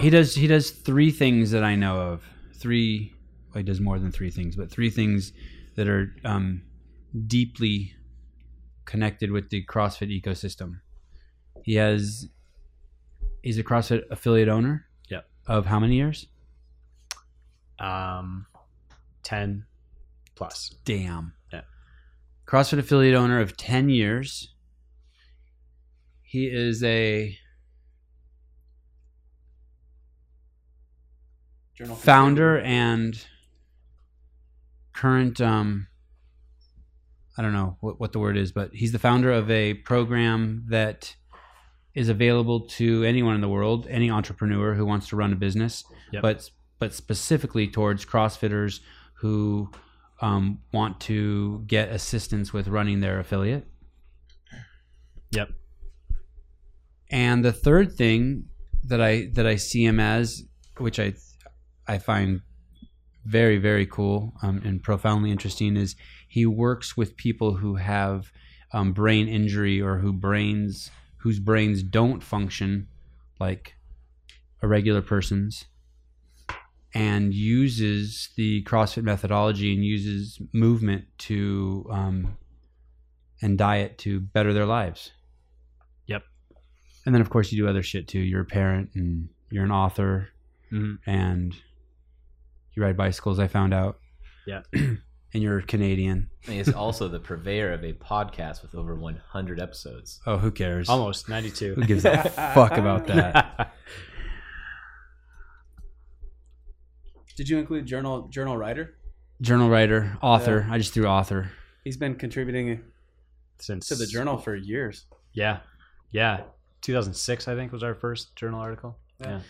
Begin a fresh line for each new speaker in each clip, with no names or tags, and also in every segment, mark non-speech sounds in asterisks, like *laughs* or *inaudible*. He does. He does three things that I know of. Three. Well, he does more than three things, but three things that are um, deeply connected with the CrossFit ecosystem. He has. He's a CrossFit affiliate owner.
Yep.
Of how many years?
Um, ten plus.
Damn.
Yeah.
CrossFit affiliate owner of 10 years. He is a
Journal
founder and current um I don't know what, what the word is, but he's the founder of a program that is available to anyone in the world, any entrepreneur who wants to run a business,
Yep.
but but specifically towards CrossFitters who um, want to get assistance with running their affiliate.
Yep.
And the third thing that I that I see him as, which I I find very very cool um, and profoundly interesting, is he works with people who have um, brain injury or who brains whose brains don't function like a regular person's, and uses the CrossFit methodology and uses movement to um, and diet to better their lives.
Yep.
And then of course you do other shit too. You're a parent and you're an author
Mhm.
and you ride bicycles. I found out.
Yeah.
*clears throat* and you're Canadian.
He is also the purveyor of a podcast with over 100 episodes.
Oh, who cares?
Almost ninety-two.
Who gives a fuck about that?
Did you include journal journal writer?
Journal writer, author. I just threw author.
He's been contributing
*laughs* Since
to the journal for years.
Yeah, yeah. Two thousand six, I think, was our first journal article.
Yeah.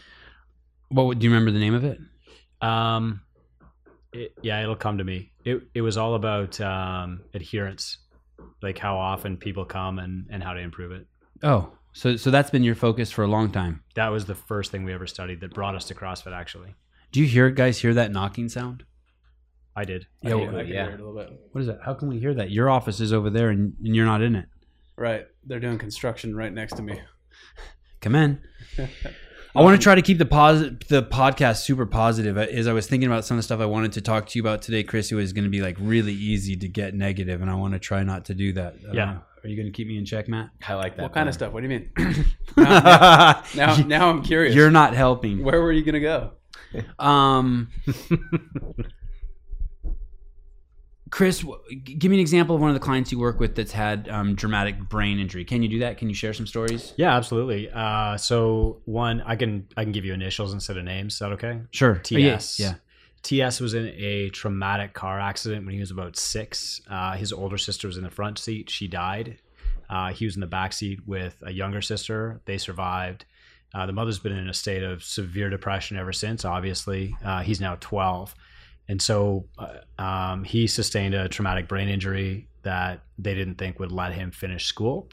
What would- do you remember the name of it?
Um, it, yeah, it'll come to me. It it was all about um, adherence, like how often people come and and how to improve it.
Oh, so so that's been your focus for a long time.
That was the first thing we ever studied that brought us to CrossFit. Actually,
Do you hear guys hear that knocking sound?
I did.
I
Yeah,
can-
well,
I can
yeah.
hear it a little bit.
What is that? How can we hear that? Your office is over there and, and you're not in it.
Right, they're doing construction right next to me.
Come
*laughs*
in. I want to try to keep the posi- the podcast super positive. I- As I was thinking about some of the stuff I wanted to talk to you about today, Chris, it was going to be like really easy to get negative, and I want to try not to do that. I don't
Yeah.
know. Are you going to keep me in check, Matt?
I like that.
What kind
plan.
of stuff? What do you mean? *laughs* now,
*laughs*
now, now I'm curious.
You're not helping.
Where were you gonna go?
Um, *laughs* Chris, w- g- give me an example of one of the clients you work with that's had um, dramatic brain injury. Can you do that? Can you share some stories?
Yeah, absolutely. Uh, so one, I can I can give you initials instead of names. Is that okay?
Sure. Oh, yeah,
TS.
Yeah.
TS was in a traumatic car accident when he was about six. Uh, his older sister was in the front seat. She died. Uh, he was in the back seat with a younger sister. They survived. Uh, the mother's been in a state of severe depression ever since, obviously. Uh, he's now 12. And so uh, um, he sustained a traumatic brain injury that they didn't think would let him finish school.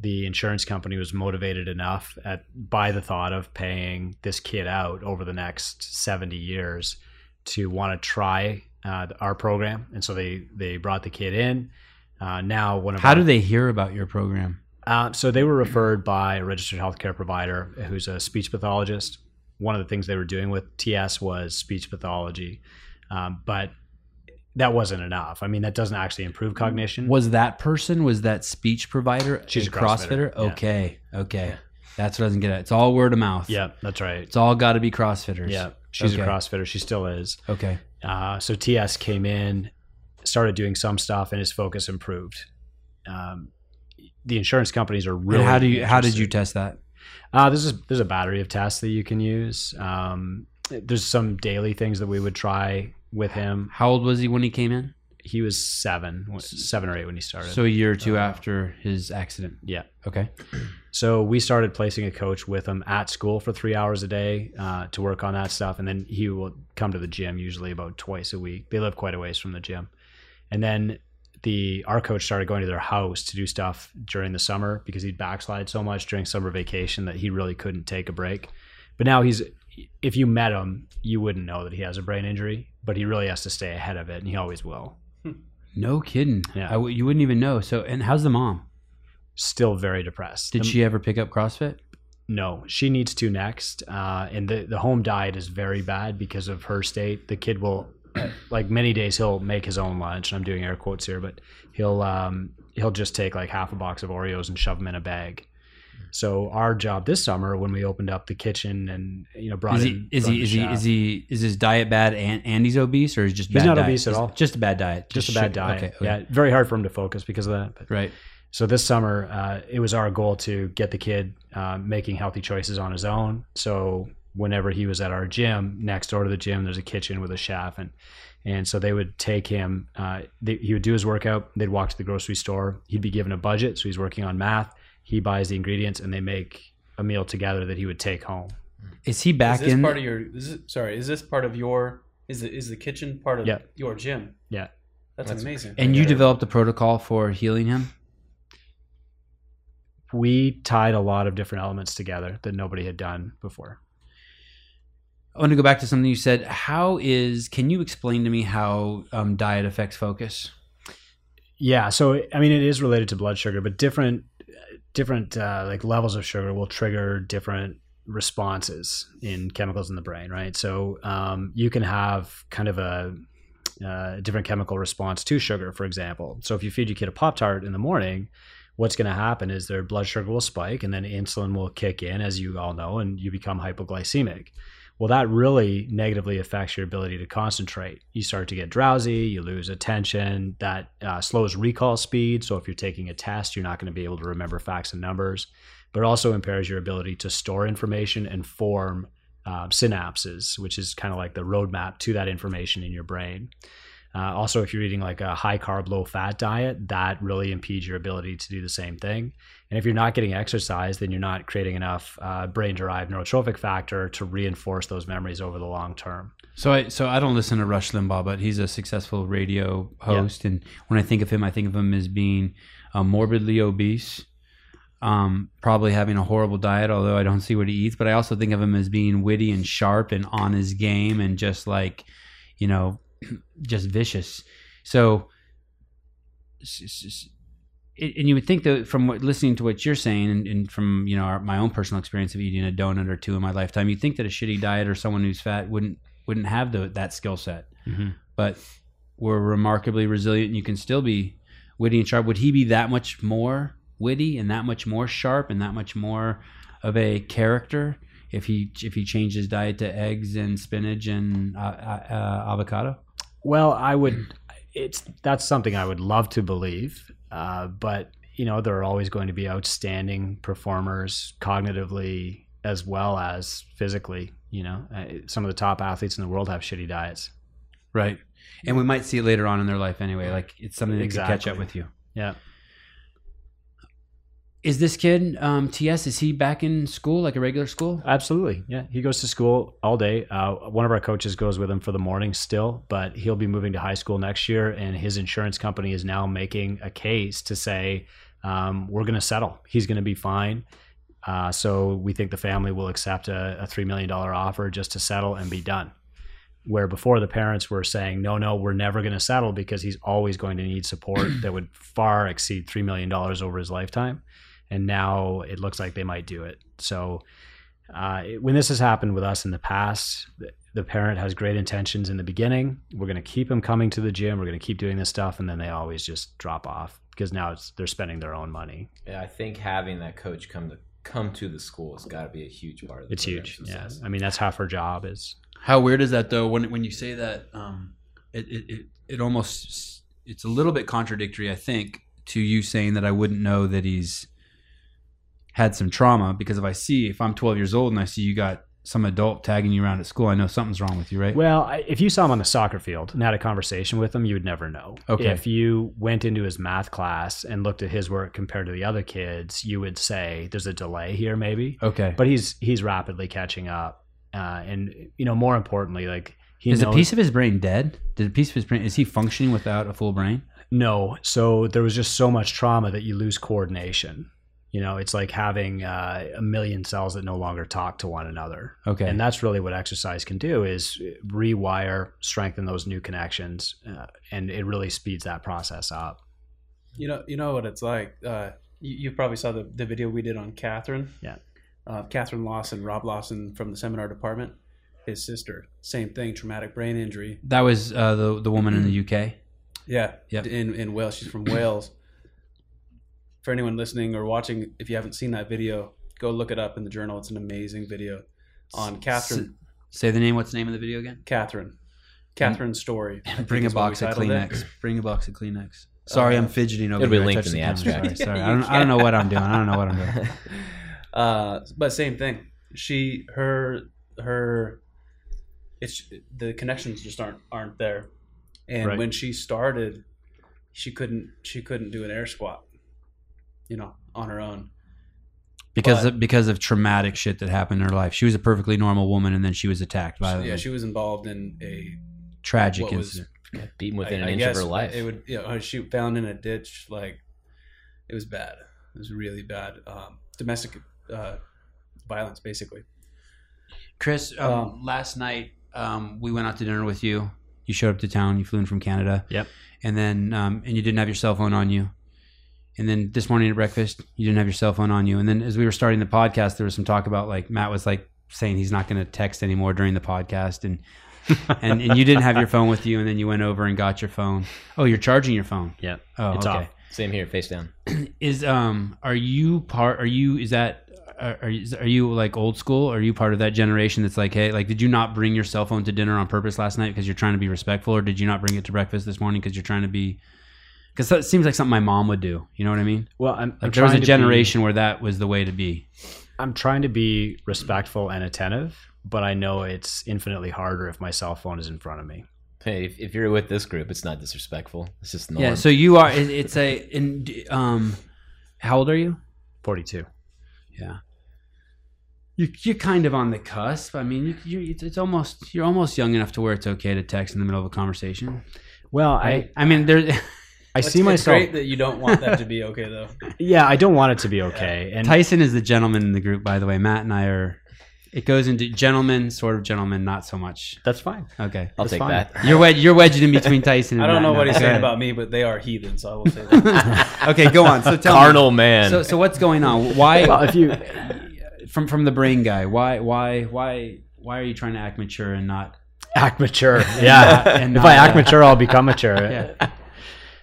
The insurance company was motivated enough at, by the thought of paying this kid out over the next 70 years to want to try uh, our program, and so they they brought the kid in. Uh, now, one of
How
our-
do they hear about your program?
uh, so they were referred by a registered healthcare provider who's a speech pathologist. One of the things they were doing with TS was speech pathology, um, but that wasn't enough. I mean, that doesn't actually improve cognition.
Was that person? Was that speech provider?
She's a
CrossFitter.
CrossFitter, yeah.
Okay. Okay. That's what I doesn't get at. It's all word of mouth.
yeah, that's right.
It's all got to be CrossFitters.
Yeah, she's a
Okay.
CrossFitter. She still is.
Okay.
Uh, so TS came in, started doing some stuff, and his focus improved. Um, the insurance companies are really.
and how do you? How did
interested.
you test that?
Uh, there's a, there's a battery of tests that you can use. Um, there's some daily things that we would try with him.
How old was he when he came in?
He was seven, seven or eight when he started. Uh,
So a year or two after his accident.
yeah.
Okay.
So we started placing a coach with him at school for three hours a day uh, to work on that stuff, and then he will come to the gym usually about twice a week. They live quite a ways from the gym, and then the our coach started going to their house to do stuff during the summer because he'd backslide so much during summer vacation that he really couldn't take a break. But now he's, if you met him, you wouldn't know that he has a brain injury, but he really has to stay ahead of it, and he always will.
No kidding.
Yeah.
I w- you wouldn't even know. So, and how's the mom?
Still very depressed. Um,
Did
The-
she ever pick up CrossFit?
No, she needs to next. Uh, and the, the home diet is very bad because of her state. The kid will, *clears throat* like many days, he'll make his own lunch. And I'm doing air quotes here, but he'll um, he'll just take like half a box of Oreos and shove them in a bag. So our job this summer, when we opened up the kitchen and you know brought
Is he
in
is
brought
he
in
is he
the chef-
is he is his diet bad and and he's obese or is just
He's
bad
not
diet?
obese at all.
Just a bad diet.
just a bad
shit.
diet?
Okay, okay.
Yeah, very hard for him to focus because of that. But
Right.
So this summer, uh, it was our goal to get the kid uh, making healthy choices on his own. So whenever he was at our gym, next door to the gym, there's a kitchen with a chef, and and so they would take him. Uh, they, he would do his workout. They'd walk to the grocery store. He'd be given a budget, so he's working on math. He buys the ingredients, and they make a meal together that he would take home.
Is he back
is this
in?
part of your? Is it, sorry, is this part of your? Is the is the kitchen part of
Yeah.
your gym?
Yeah.
that's,
That's-
amazing.
and you developed a protocol for healing him.
We tied a lot of different elements together that nobody had done before.
I want to go back to something you said. How is? Can you explain to me how um, diet affects focus?
Yeah, so I mean, it is related to blood sugar, but different different uh, like levels of sugar will trigger different responses in chemicals in the brain, right? So um, you can have kind of a uh, different chemical response to sugar, for example. So if you feed your kid a pop tart in the morning, what's going to happen is their blood sugar will spike, and then insulin will kick in, as you all know, and you become hypoglycemic. Well, that really negatively affects your ability to concentrate. You start to get drowsy, you lose attention, that uh, slows recall speed. So, if you're taking a test, you're not going to be able to remember facts and numbers, but it also impairs your ability to store information and form uh, synapses, which is kind of like the roadmap to that information in your brain. Uh, also, if you're eating like a high carb, low fat diet, that really impedes your ability to do the same thing. And if you're not getting exercise, then you're not creating enough uh, brain derived neurotrophic factor to reinforce those memories over the long term.
So I so I don't listen to Rush Limbaugh, but he's a successful radio host, and when I think of him, I think of him as being uh, morbidly obese, um, probably having a horrible diet, although I don't see what he eats. But I also think of him as being witty and sharp and on his game, and just like, you know, *clears throat* just vicious. So, s- s- s- it- and you would think that from what, listening to what you're saying, and, and from you know our, my own personal experience of eating a donut or two in my lifetime, you would think that a shitty diet or someone who's fat wouldn't wouldn't have the, that skill set. But we're remarkably resilient. and You can still be witty and sharp. Would he be that much more witty and that much more sharp and that much more of a character if he if he changed his diet to eggs and spinach and uh, uh, uh, avocado?
Well, I would. It's that's something I would love to believe, uh, but you know there are always going to be outstanding performers cognitively as well as physically. You know, uh, some of the top athletes in the world have shitty diets.
Right. And we might see it later on in their life anyway. Like it's something that could catch
Exactly.
up with you.
Yeah.
Is this kid um, TS? Is he back in school like a regular school?
Absolutely. Yeah. He goes to school all day. Uh, one of our coaches goes with him for the morning still, but he'll be moving to high school next year. And his insurance company is now making a case to say, um, we're going to settle. He's going to be fine. Uh, so we think the family will accept a, a $3 million offer just to settle and be done. Where before the parents were saying, no, no, we're never going to settle because he's always going to need support that would far exceed $3 million over his lifetime. And now it looks like they might do it. So, uh, it- when this has happened with us in the past, the, the parent has great intentions in the beginning. We're going to keep them coming to the gym. We're going to keep doing this stuff, and then they always just drop off because now it's they're spending their own money.
Yeah, I think having that coach come to come to the school has got to be a huge part of the
It's
program's
huge. Yeah,
success.
I mean that's half her job is.
How weird is that though? When when you say that, um, it, it it it almost it's a little bit contradictory, I think, to you saying that I wouldn't know that he's had some trauma because if I see if I'm 12 years old and I see you got some adult tagging you around at school, I know something's wrong with you, right?
Well, I, if you saw him on the soccer field and had a conversation with him, you would never know.
Okay.
If you went into his math class and looked at his work compared to the other kids, you would say there's a delay here, maybe.
okay.
But he's he's rapidly catching up, uh, and you know more importantly, like he
is
knows.
a piece of his brain dead? Did a piece of his brain is he functioning without a full brain?
No. So there was just so much trauma that you lose coordination. You know, it's like having uh, a million cells that no longer talk to one another.
Okay.
And that's really what exercise can do is rewire, strengthen those new connections, uh, and it really speeds that process up.
You know, you know what it's like. Uh, you, you probably saw the, the video we did on Catherine.
Yeah.
uh, Catherine Lawson, Rob Lawson from the seminar department, his sister, same thing, traumatic brain injury.
That was uh, the the woman in the UK.
Yeah,
Yep.
in in Wales. She's from Wales. For anyone listening or watching, if you haven't seen that video, go look it up in the journal. It's an amazing video on Catherine.
S- say the name. What's the name of the video again?
Catherine. Catherine's story. I think
Bring a
is what we
box of
titled it.
Kleenex. Bring a box of Kleenex. Sorry, I'm fidgeting over
It'll be
here. I
linked
touched
in the
camera.
abstract.
Sorry, sorry. I, don't, I don't know what I'm doing. I don't know what I'm doing.
uh, but same thing. She, her, her, it's the connections just aren't aren't there. And
Right.
when she started, she couldn't she couldn't do an air squat, you know, on her own.
Because
But-
of, because of traumatic shit that happened in her life. She was a perfectly normal woman, and then she was attacked by
So, yeah,
a
she was involved in a
tragic
what was-
incident.
Beaten
I-
within
I
an inch
guess
of her life.
It would, you know, she found in a ditch. Like it was bad. It was really bad. Um, domestic uh, violence, basically.
Chris, um,
Um,
last night um, we went out to dinner with you. You showed up to town. You flew in from Canada.
Yep.
And then, um, and you didn't have your cell phone on you. And then this morning at breakfast, you didn't have your cell phone on you. And then as we were starting the podcast, there was some talk about like Matt was like saying he's not going to text anymore during the podcast, and *laughs* and and you didn't have your phone with you. And then you went over and got your phone. Oh, you're charging your phone.
Yeah.
Oh,
It's
okay.
off.
Same here, face down.
Is um, are you part? Are you is that? Are, are you- are you like old school? Are you part of that generation that's like, hey, like, did you not bring your cell phone to dinner on purpose last night because you're trying to be respectful, or did you not bring it to breakfast this morning because you're trying to be? Because that seems like something my mom would do. You know what I mean?
Well, I'm, I'm
Like there was
trying
a
to be-
generation where that was the way to be.
I'm trying to be respectful and attentive, but I know it's infinitely harder if my cell phone is in front of me.
Hey, if, if you're with this group, it's not disrespectful. It's just normal.
Yeah. So you are. it- It's a. In, um, how old are you?
42.
You you're kind of on the cusp. I mean, you, you it's- it's almost you're almost young enough to where it's okay to text in the middle of a conversation.
Well,
Right? I mean, there.
I I
It's-
see
it's
myself.
Great that you don't want that to be okay
*laughs*
though.
Yeah, I don't want it to be okay. And
Tyson is the gentleman in the group, by the way. Matt and I are. It goes into gentleman, sort of gentleman, not so much.
that's fine.
Okay,
I'll
It's
take
fine.
that. *laughs*
you're wed- you're wedged in between Tyson. and
I
Matt
don't know
now.
what he's
Go
saying
ahead.
about me, but they are heathen, so I will
*laughs*
say that.
*laughs*
Uh,
okay, go on. So tell
Carnal
me.
man.
So so what's going on? Why
*laughs* Well, if you
from from the brain guy? Why why why why are you trying to act mature and not?
act mature, yeah.
and
if I
not- uh,
act mature, I'll become mature.
*laughs* Yeah.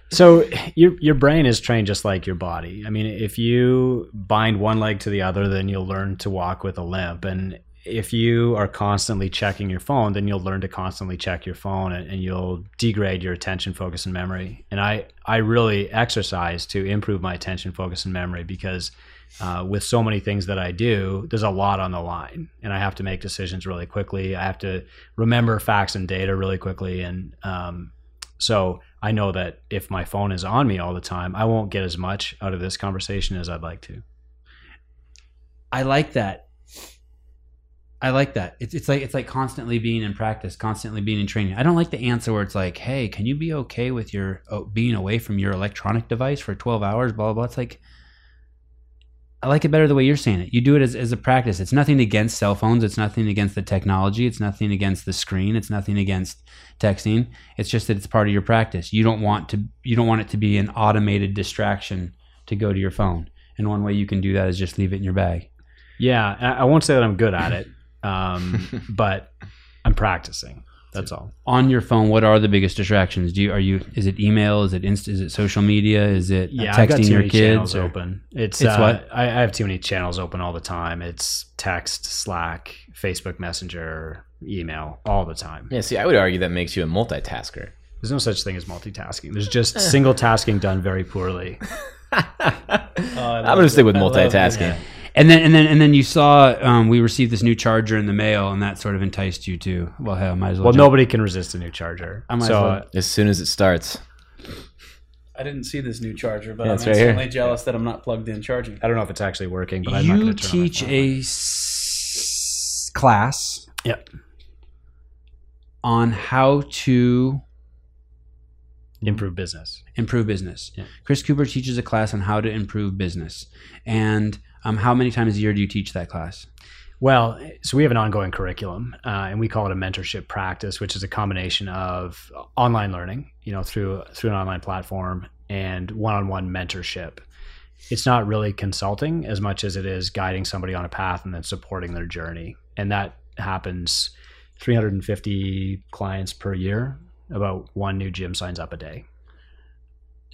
So your your brain is trained just like your body. I mean, if you bind one leg to the other, then you'll learn to walk with a limp. And if you are constantly checking your phone, then you'll learn to constantly check your phone, and, and you'll degrade your attention, focus, and memory. And I I really exercise to improve my attention, focus, and memory because. Uh, with so many things that I do, there's a lot on the line, and I have to make decisions really quickly. I have to remember facts and data really quickly, and um, so I know that if my phone is on me all the time, I won't get as much out of this conversation as I'd like to.
I like that. I like that. It's it's like it's like constantly being in practice, constantly being in training. I don't like the answer where it's like, "Hey, can you be okay with your oh, being away from your electronic device for 12 hours?" blah blah. blah. It's like I like it better the way you're saying it. You do it as, as a practice. It's nothing against cell phones. It's nothing against the technology. It's nothing against the screen. It's nothing against texting. It's just that it's part of your practice. You don't want to you don't want it to be an automated distraction to go to your phone. And one way you can do that is just leave it in your bag.
Yeah, I I won't say that I'm good at it, um, but I'm practicing. That's all.
on your phone what are the biggest distractions do you are you is it email is it inst is it social media is it uh,
Yeah, I've got
texting
too
your
many
kids
channels
or-
open. It's,
It's
uh,
what?
I, I have too many channels open all the time. It's text, Slack, Facebook Messenger, email, all the time.
yeah, see, I would argue that makes you
*laughs*
a multitasker.
There's no such thing as multitasking. There's just single tasking done very poorly.
I
Oh,
I'm
love
going to stick with
it. I love it.
multitasking.
and then and then and then you saw um, we received this new charger in the mail and that sort of enticed you to well hell might as well,
Well,
jump-
nobody can resist a new charger.
I might as
so
well-
As soon as it starts.
I didn't see this new charger, but
Yeah,
I'm
it's right here.
instantly jealous that I'm not plugged in charging.
I don't know if it's actually working, but I'm not
you
going to turn
teach
on my phone.
a s- class
Yep.
on how to
improve business.
improve business
Yeah.
chris cooper teaches a class on how to improve business and um, how many times a year do you teach that class
Well, so we have an ongoing curriculum, uh, and we call it a mentorship practice, which is a combination of online learning, you know, through through an online platform and one-on-one mentorship. it's not really consulting as much as it is guiding somebody on a path and then supporting their journey. And that happens 350 clients per year. About one new gym signs up a day.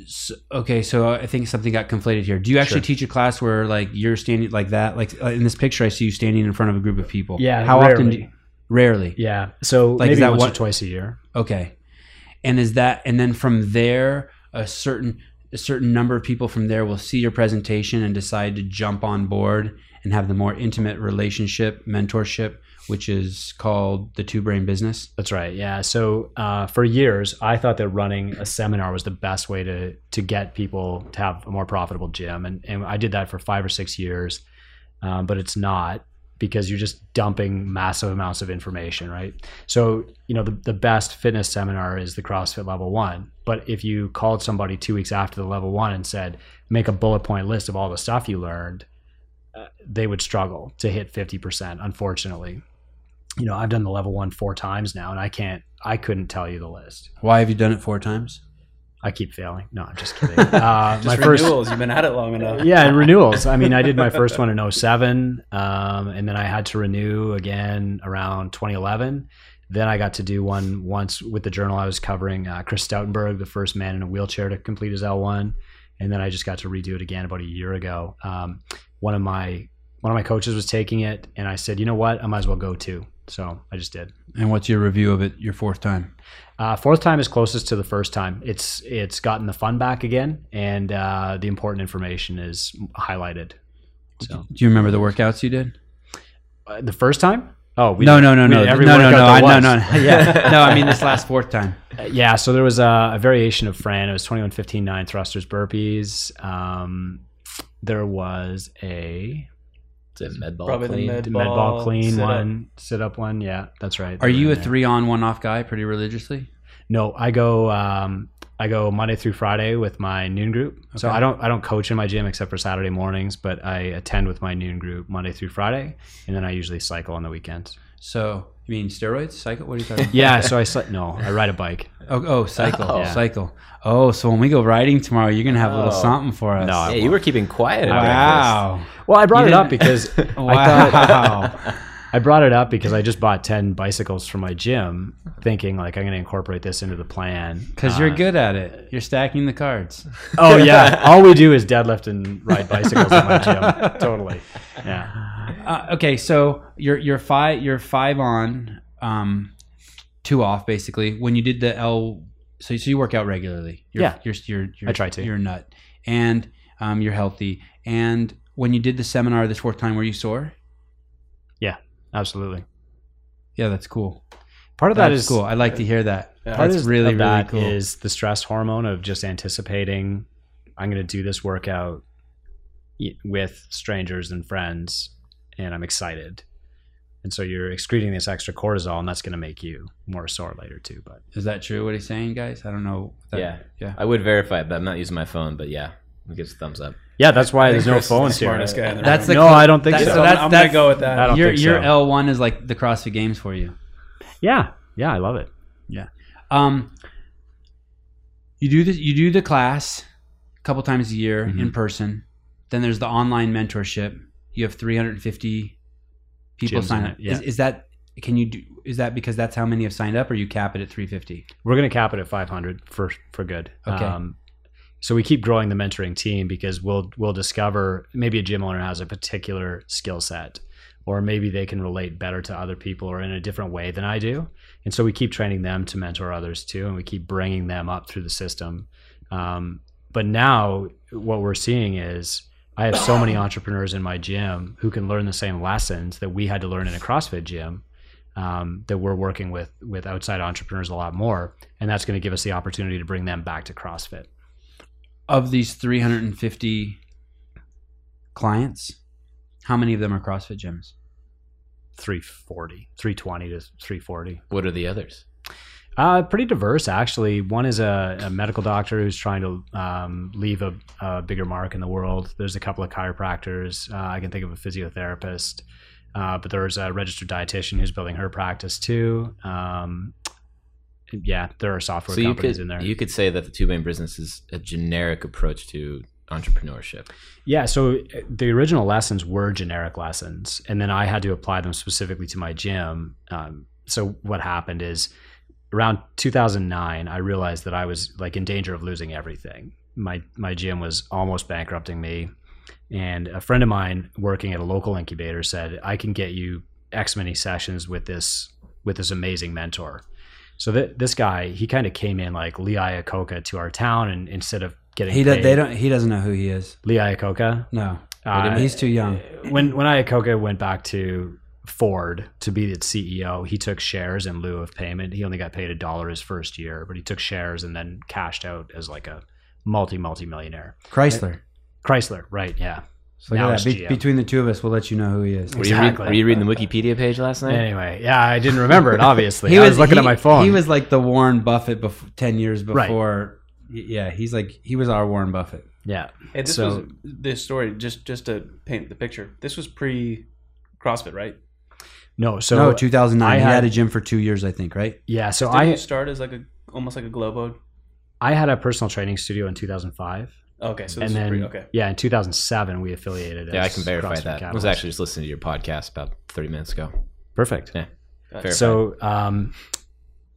So, okay, so I think something got conflated here. Do you actually
Sure.
teach a class where like you're standing like that? Like uh, in this picture, I see you standing in front of a group of people.
Yeah,
How often?
rarely.
Do you, rarely.
Yeah. So
Like, is
maybe
that
once
one-
or twice a year.
Okay. And is that and then from there a certain a certain number of people from there will see your presentation and decide to jump on board and have the more intimate relationship mentorship which is called the two brain business.
That's right. Yeah. So uh, for years, I thought that running a seminar was the best way to to get people to have a more profitable gym, and and I did that for five or six years, um, but it's not because you're just dumping massive amounts of information, right? So you know the the best fitness seminar is the CrossFit Level One, but if you called somebody two weeks after the Level One and said make a bullet point list of all the stuff you learned, uh, they would struggle to hit fifty percent, unfortunately you know, I've done the level one four times now, and I can't, I couldn't tell you the list.
Why have you done it four times?
I keep failing. No, I'm just kidding. Uh,
Just
my first,
renewals. You've been at it long
*laughs*
enough.
yeah, and renewals. I mean, I did my first one in 07, um, and then I had to renew again around 2011. Then I got to do one once with the journal I was covering, uh, Chris Stoutenberg, the first man in a wheelchair to complete his L1, and then I just got to redo it again about a year ago. Um, one of my one of my coaches was taking it, and I said, you know what, I might as well go too. So I just did.
And what's your review of it your fourth time?
Uh, fourth time is closest to the first time. It's it's gotten the fun back again, and uh, the important information is highlighted. So
Do you remember the workouts you did?
uh, the first time, oh we
no, no, no,
we
no,
did
no,
every
no, no,
workout
no,
there
I, no,
was.
no,
*laughs*
no. Yeah, no. I mean this last fourth time.
Uh, yeah. So there was a, a variation of Fran. It was twenty one fifteen nine thrusters burpees. Um, there was a
Is it med ball
Probably the
clean?
med-
med ball
Ball,
clean
sit up.
one, sit up one. Yeah, that's right.
Are
They were
you
in
a
there.
three on one off guy pretty religiously?
No, I go um, I go Monday through Friday with my noon group. So
Okay.
I don't I don't coach in my gym except for Saturday mornings, but I attend with my noon group Monday through Friday, and then I usually cycle on the weekends.
So you mean steroids, cycle? What are you talking
*laughs*
about?
Yeah, so I cy- no, I ride a bike.
Oh, oh cycle,
Oh.
Yeah.
cycle. Oh, so when we go riding tomorrow, you're gonna have a little
Oh.
something for us.
No, I
Yeah, you were keeping quiet. at
wow,
Well, I brought
You
it up
didn't-
*laughs* because I thought *laughs*
wow.
I brought it up because I just bought ten bicycles from my gym, thinking like I'm going to incorporate this into the plan.
Because
Uh,
you're good at it. You're stacking the cards.
Oh *laughs* yeah, all we do is deadlift and ride bicycles in my *laughs* gym. Totally. Yeah.
Uh, okay, so you're you're five you're five on, um, two off basically. When you did the L, so so you work out regularly. You're,
Yeah.
you're, you're, you're
I try to.
You're a nut, and um, you're healthy. And when you did the seminar this fourth time, were you sore?
Absolutely.
Yeah, that's cool.
Part of that
that's
is
cool. I like to hear that.
Yeah.
Part
That's
of
really,
really,
really
that
cool.
is the stress hormone of just anticipating I'm going to do this workout y- with strangers and friends, and I'm excited. And so you're excreting this extra cortisol, and that's going to make you more sore later too. But
Is that true? What he's saying, guys? I don't know.
Breakfast.
That,
Yeah,
yeah.
I would verify, it, but I'm not using my phone. But yeah, it gives a thumbs up.
yeah, that's why
I think
there's no
Chris is the
phones here.
smartest guy in the
That's
room.
the
no, I don't think
that's-
so.
so
I'm gonna go with that.
I don't
your
think
your
so.
L one is like the CrossFit Games for you.
yeah, yeah, I love it.
Um, you do this. You do the class a couple times a year in
Mhm.
person. Then there's the online mentorship. You have 350 people
Gyms
sign
in
up.
it, yeah.
Is, is that can you do? Is that because that's how many have signed up, or you cap it at 350?
We're going to cap it at 500 for for good. Um,
Okay.
so we keep growing the mentoring team because we'll we'll discover maybe a gym owner has a particular skill set or maybe they can relate better to other people or in a different way than I do. And so we keep training them to mentor others too and we keep bringing them up through the system. Um, but now what we're seeing is I have so many entrepreneurs in my gym who can learn the same lessons that we had to learn in a CrossFit gym. Um, that we're working with with outside entrepreneurs a lot more, and that's going to give us the opportunity to bring them back to CrossFit.
Of these 350 clients, how many of them are CrossFit gyms?
340, 320 to 340.
What are the others?
Uh, pretty diverse, actually. One is a, a medical doctor who's trying to um, leave a, a bigger mark in the world. There's a couple of chiropractors. Uh, I can think of a physiotherapist, uh, but there's a registered dietitian who's building her practice too. Um, yeah, there are software
so you
companies
could
in there.
you could say that the two main business is a generic approach to entrepreneurship?
Yeah, so uh, the original lessons were generic lessons, and then I had to apply them specifically to my gym. Um, so what happened is around 2009, I realized that I was like in danger of losing everything. My my gym was almost bankrupting me, and a friend of mine working at a local incubator said, "I can get you X many sessions with this with this amazing mentor." So that this guy, he kind of came in like Lee Iacocca to our town, and instead of getting
He do,
paid-
they don't. He doesn't know who he is.
Lee Iacocca.
No,
Uh,
he's too young.
when when Iacocca went back to Ford to be its CEO, he took shares in lieu of payment. He only got paid a dollar his first year, but he took shares and then cashed out as like a multi multi millionaire.
Chrysler.
Chrysler, right? Yeah.
So look
Now
at
it's
that. Be-
GM.
between the two of us, we'll let you know who he is.
Were you, read,
Exactly.
were you reading the Wikipedia page last night?
Anyway, yeah, I didn't remember it. Obviously, I was,
*laughs*
looking
he-
at my phone.
He was like the Warren Buffett bef- ten years
Right.
before. Y- Yeah, he's like he was our Warren Buffett.
yeah,
Hey, this
So-
was this story just just to paint the picture. This was pre CrossFit, right?
no. So
no, 2009.
I
he
had-
had a gym for two years, I think. Right?
yeah, so
Did you
I
start as like a almost like a globo?
I had a personal training studio in 2005,
Okay, so this
and
is
then
pre. Okay,
yeah, in 2007 we affiliated.
Yeah, I
as
can verify
CrossFit
that. I was
Catalyst.
actually just listening to your podcast about 30 minutes ago.
perfect.
Got
Fair.
it.
So, um,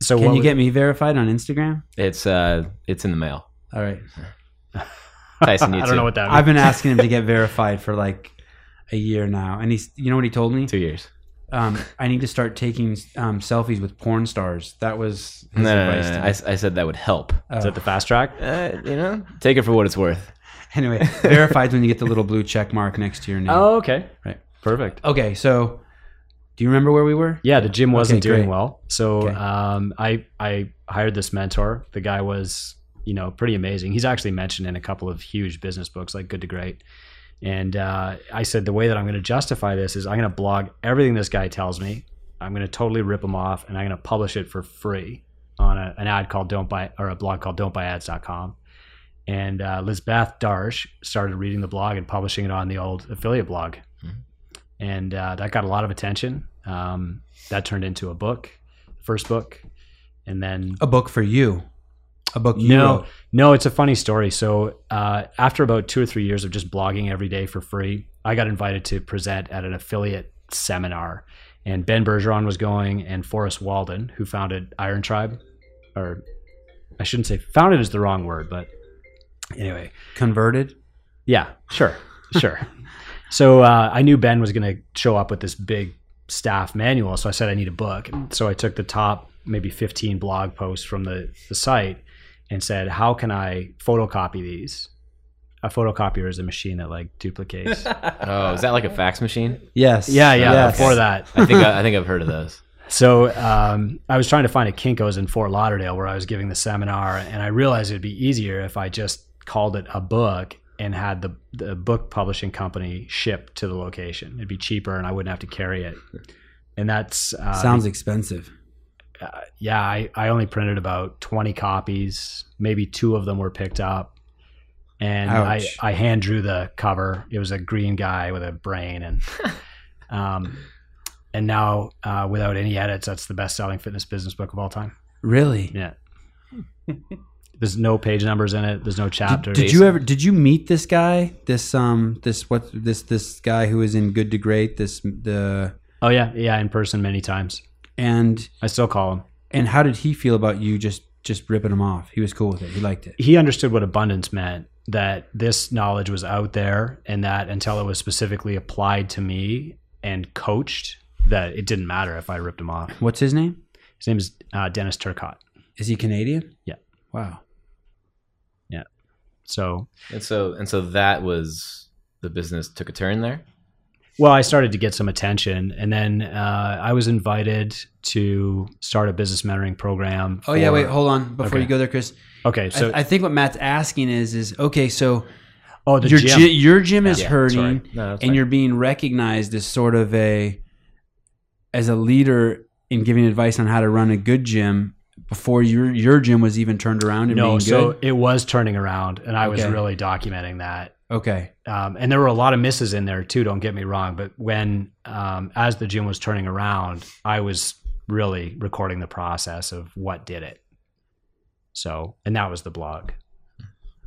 so
Can
what
you
we-
get me verified on Instagram?
It's uh, it's in the mail.
All right.
*laughs*
Tyson,
*laughs*
you
I don't
too.
know what that means.
I've been asking
*laughs*
him to get verified for like a year now, and he's. You know what he told me?
Two years.
Um, I need to start taking um, selfies with porn stars. That was
No,
his
no, no,
advice.
no,
to
no.
me.
I, s- I said that would help.
Oh.
Is that the fast track?
Uh, you know, take it for what it's worth.
*laughs*
*laughs*
Anyway, verified's when you get the little blue check mark next to your name.
Oh, okay.
Right.
Perfect.
Okay, so do you remember where we were?
Yeah, the gym wasn't
Okay,
doing
great.
well, so
Okay.
um, I I hired this mentor. The guy was you know pretty amazing. He's actually mentioned in a couple of huge business books like Good to Great. And uh, I said the way that I'm going to justify this is I'm going to blog everything this guy tells me. I'm going to totally rip him off, and I'm going to publish it for free on a, an ad called Don't Buy or a blog called Don'tBuyAds.com. And uh, Lizbeth Darsh started reading the blog and publishing it on the old affiliate blog,
Mhm.
and uh, that got a lot of attention. Um, that turned into a book, first book, and then
A book for you. A book you
No.
wrote.
no, it's a funny story. So uh, after about two or three years of just blogging every day for free, I got invited to present at an affiliate seminar, and Ben Bergeron was going, and Forrest Walden, who founded Iron Tribe, or I shouldn't say founded is the wrong word, but anyway,
Converted.
yeah, sure, sure. *laughs* So uh, I knew Ben was going to show up with this big staff manual, so I said I need a book. So I took the top maybe 15 blog posts from the, the site and said, how can I photocopy these? A photocopier is a machine that like duplicates.
Oh, is that like a fax machine?
Yes.
yeah, yeah.
Yes.
Before that,
I think I, I think I've heard of those.
So um, I was trying to find a Kinko's in Fort Lauderdale where I was giving the seminar, and I realized it'd be easier if I just called it a book and had the, the book publishing company ship to the location. It'd be cheaper, and I wouldn't have to carry it. And that's uh,
Sounds expensive.
uh, yeah. I, I only printed about twenty copies. Maybe two of them were picked up, and I,
Ouch.
I hand drew the cover. It was a green guy with a
*laughs*
brain and. Um, and now, uh, without any edits, that's the best-selling fitness business book of all time.
Really?
Yeah. There's no page numbers in it. There's no
Did,
chapters.
did you ever did you meet this guy? This um this what this this guy who is in good to great, this the
Oh yeah, yeah, in person many times.
and
I still call him.
and how did he feel about you just just ripping him off? He was cool with it. He liked it.
He understood what abundance meant. That this knowledge was out there, and that until it was specifically applied to me and coached, that it didn't matter if I ripped him off.
What's his name?
His name is uh, Dennis Turcott.
Is he Canadian?
Yeah.
Wow.
So,
And so and so that was the business took a turn there.
well, I started to get some attention, and then uh, I was invited to start a business mentoring program.
Oh yeah,
for-
wait, hold on before
Okay.
you go there, Chris.
Okay, so
I, I think what Matt's asking is is okay, so
oh, the
your
gym.
gy- your gym is
Yeah,
hurting
sorry. No, that's
and you're being recognized as sort of a as a leader in giving advice on how to run a good gym before your your gym was even turned around and
no,
being
so
good.
it was turning around, and I was
Okay.
really documenting that.
Okay.
Um, and there were a lot of misses in there too. Don't get me wrong, but when um, as the gym was turning around, I was really recording the process of what did it. So, and that was the blog.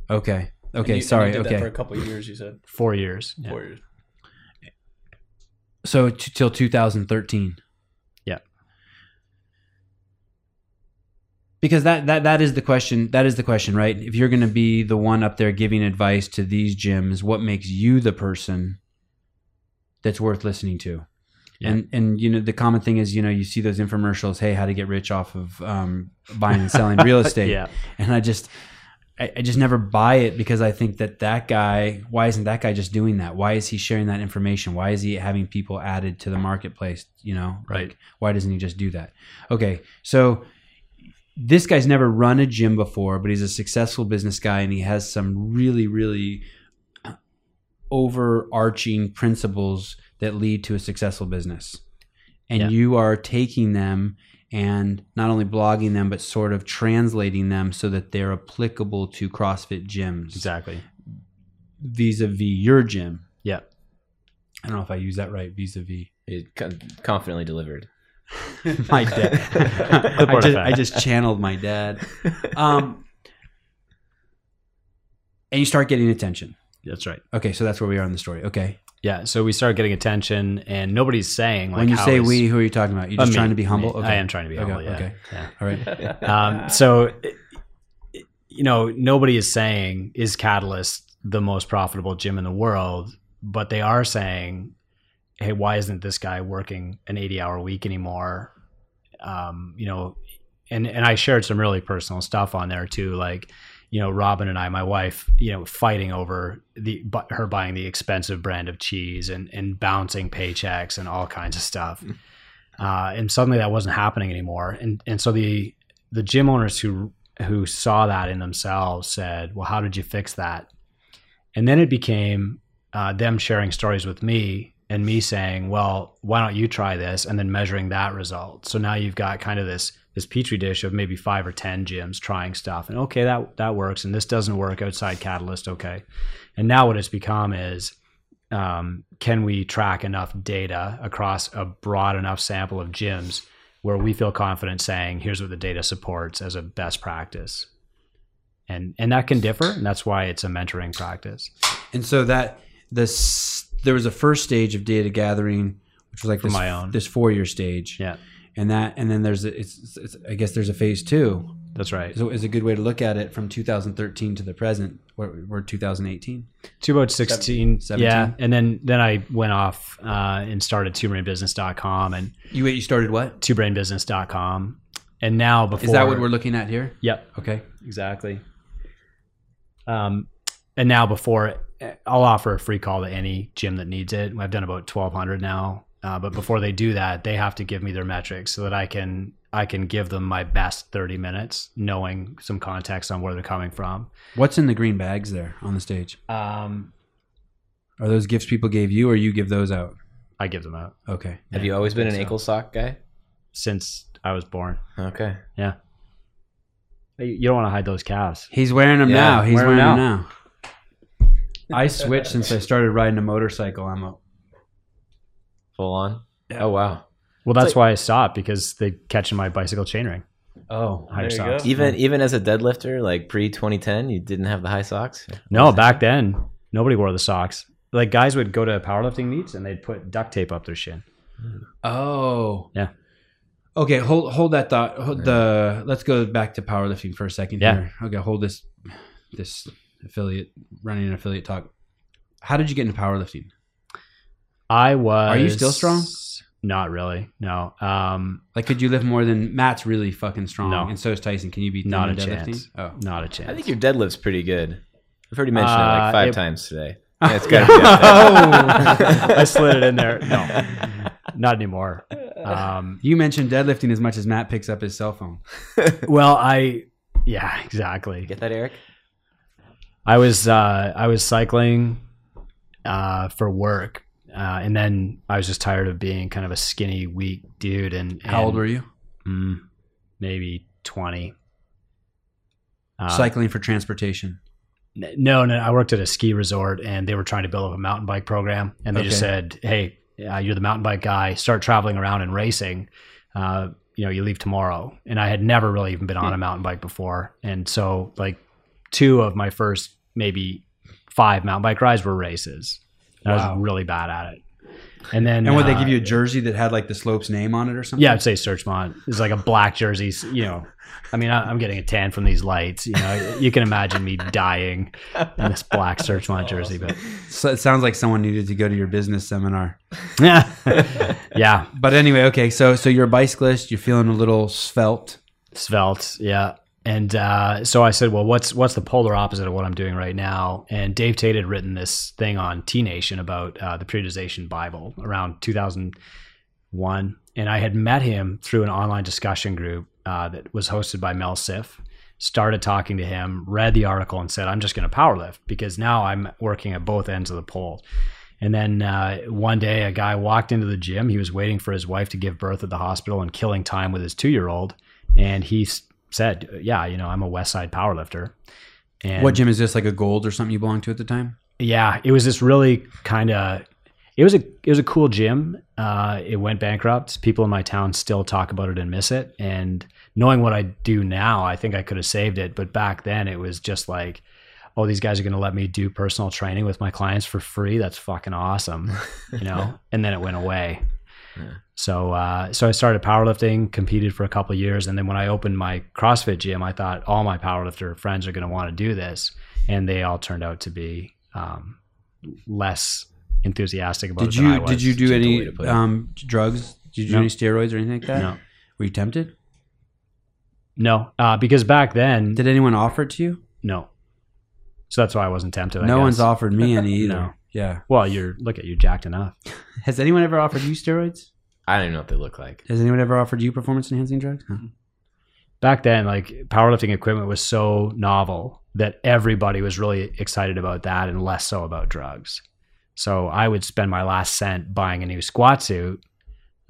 Okay. Okay,
And you-
sorry.
And you did that for
Okay,
a couple of years, you said
Four years. *laughs* Yeah.
four years.
so t- till 2013.
Yeah.
Because that, that that is the question. That is the question, right? If you're going to be the one up there giving advice to these gyms, what makes you the person that's worth listening to?
Yeah.
And and you know the common thing is you know you see those infomercials, hey, how to get rich off of um, buying and selling
*laughs*
real estate.
Yeah.
and I just I, I just never buy it because I think that that guy why isn't that guy just doing that why is he sharing that information why is he having people added to the marketplace you know
Right.
Like, why doesn't he just do that okay so this guy's never run a gym before but he's a successful business guy and he has some really really overarching principles that lead to a successful business and
Yeah.
you are taking them and not only blogging them but sort of translating them so that they're applicable to CrossFit gyms
Exactly.
vis-a-vis your gym.
Yeah.
I don't know if I use that right
*laughs*
vis-a-vis
It con- confidently delivered.
my dad. I,
Clipboard
just, I
effect.
just channeled my
*laughs*
dad. Um, and you start getting attention.
That's right.
Okay, so that's where we are in the story. Okay.
Yeah. So we started getting attention, and nobody's saying like
when you
how
say
is-
we, who are you talking about? You're
Uh,
just
me,
trying to be humble.
me.
Okay.
I am trying to be
Okay,
humble. Yeah.
okay.
Yeah.
All right.
*laughs*
Um, so, it- it- you know, nobody is saying is Catalyst the most profitable gym in the world, but they are saying, hey, why isn't this guy working an 80 hour week anymore? Um, you know, and, and I shared some really personal stuff on there too, like, you know, Robin and I, my wife, you know, fighting over the bu- her buying the expensive brand of cheese and and bouncing paychecks and all kinds of stuff, uh, and suddenly that wasn't happening anymore, and and so the the gym owners who who saw that in themselves said, "Well, how did you fix that?" And then it became uh, them sharing stories with me and me saying, "Well, why don't you try this?" And then measuring that result. So now you've got kind of this this petri dish of maybe five or ten gyms trying stuff, and okay, that that works, and this doesn't work outside Catalyst, okay. And now what it's become is. Um, can we track enough data across a broad enough sample of gyms where we feel confident saying here's what the data supports as a best practice and and that can differ and that's why it's a mentoring practice
And so that this there was a first stage of data gathering, which was like
For
this,
my own.
this four year stage.
yeah
and that and then there's a, it's, it's I guess there's a phase two.
that's right
So is a good way to look at it from 2013 to the present. We're, we're 2018.
two about 16
Seventeen.
yeah and then then i went off uh, and started twobrainbusiness.com and
You wait, you started what?
twobrainbusiness.com and now before
Is that what we're looking at here?
yep
Okay.
exactly. Um, and now before I'll offer a free call to any gym that needs it. I've done about twelve hundred now, uh, but before they do that, they have to give me their metrics so that I can I can give them my best thirty minutes, knowing some context on where they're coming from.
What's in the green bags there on the stage?
Um,
Are those gifts people gave you, or you give those out?
I give them out
Okay.
Have
Yeah,
you always been an
so.
ankle sock guy?
since I was born.
Okay.
You- You don't want to hide those calves.
He's wearing them
Yeah,
now. He's
wearing
wearing
'em
them now. I switched since I started riding a motorcycle. I'm a
Full on. Oh wow.
Well, that's why I stopped because they catch in my bicycle chainring.
oh
Higher
There you
socks.
go.
Even even as a deadlifter, like pre 2010, you didn't have the high socks.
No, back then nobody wore the socks. Like guys would go to powerlifting meets and they'd put duct tape up their shin.
oh
Yeah.
Okay, hold hold that thought. Hold the let's go back to powerlifting for a second
Yeah.
here. Okay, hold this this affiliate running an affiliate talk. How did you get into powerlifting?
I was.
Are you still strong?
Not really. No. Um,
Like, could you lift more than Matt's really fucking strong,
No.
and so is Tyson? Can you beat
Not
them
a
in deadlifting?
chance.
Oh,
not a chance. *laughs*
I think your deadlift's pretty good. I've heard you mention it
Uh,
like five
it-
*laughs*
times today. Yeah, it's *laughs* gotta be up there.
Oh.
Oh.
*laughs*
I slid it in there. No, not anymore. Um,
you mentioned deadlifting as much as Matt picks up his cell phone.
well, I. Yeah, exactly.
Get that, Eric?
I was uh, I was cycling uh, for work, uh, and then I was just tired of being kind of a skinny, weak dude. And, and
How old were you?
Mm, maybe twenty. Uh,
Cycling for transportation.
N- No, no. I worked at a ski resort, and they were trying to build up a mountain bike program, and they just said, "Hey, uh, you're the mountain bike guy. Start traveling around and racing. Uh, you know, you leave tomorrow."
Hmm.
And I had never really even been on a mountain bike before, and so like two of my first maybe five mountain bike rides were races. I
Wow.
was really bad at it. And then
And would they
uh,
give you a jersey that had like the slope's name on it or something?
Yeah, I'd say Searchmont is like a black jersey. You know, I mean, I, I'm getting a tan from these lights. You know, you can imagine me dying in this black Searchmont jersey. But *laughs*
So it sounds like someone needed to go to your business seminar.
yeah, yeah,
But anyway, okay. So so you're a bicyclist. You're feeling a little svelte.
svelte. Yeah. And uh, so I said, well, what's what's the polar opposite of what I'm doing right now? And Dave Tate had written this thing on T Nation about uh, the periodization Bible around 2001, and I had met him through an online discussion group uh, that was hosted by Mel Siff. Started talking to him, read the article, and said, I'm just going to powerlift because now I'm working at both ends of the pole. And then uh, one day, a guy walked into the gym. He was waiting for his wife to give birth at the hospital and killing time with his two year old. And he s- said, Yeah, you know, I'm a West Side powerlifter. And
What gym is this? Like a gold or something you belonged to at the time?
yeah, it was this really kind of. It was a it was a cool gym. Uh, it went bankrupt. People in my town still talk about it and miss it. And knowing what I do now, I think I could have saved it. But back then, it was just like, oh, these guys are going to let me do personal training with my clients for free. That's fucking
*laughs*
awesome, you know. and then it went away.
Yeah.
So uh, so I started powerlifting, competed for a couple of years, and then when I opened my CrossFit gym, I thought all my powerlifter friends are going to want to do this, and they all turned out to be um, less enthusiastic about
did
it than I
you
was.
did you do
Gentle
any
way to put it.
um, drugs? Did you do
No.
any steroids or anything like that?
No,
Were you tempted?
no, uh, because back then,
Did anyone offer it to you?
no. So that's why I wasn't tempted. I
no
guess.
one's offered me
*laughs*
any either.
No.
Yeah.
Well, you're look at you jacked enough.
Has anyone ever offered you steroids?
I don't even know what they look like.
Has anyone ever offered you performance enhancing drugs?
Mm-hmm.
No.
back then like powerlifting equipment was so novel that everybody was really excited about that and less so about drugs so i would spend my last cent buying a new squat suit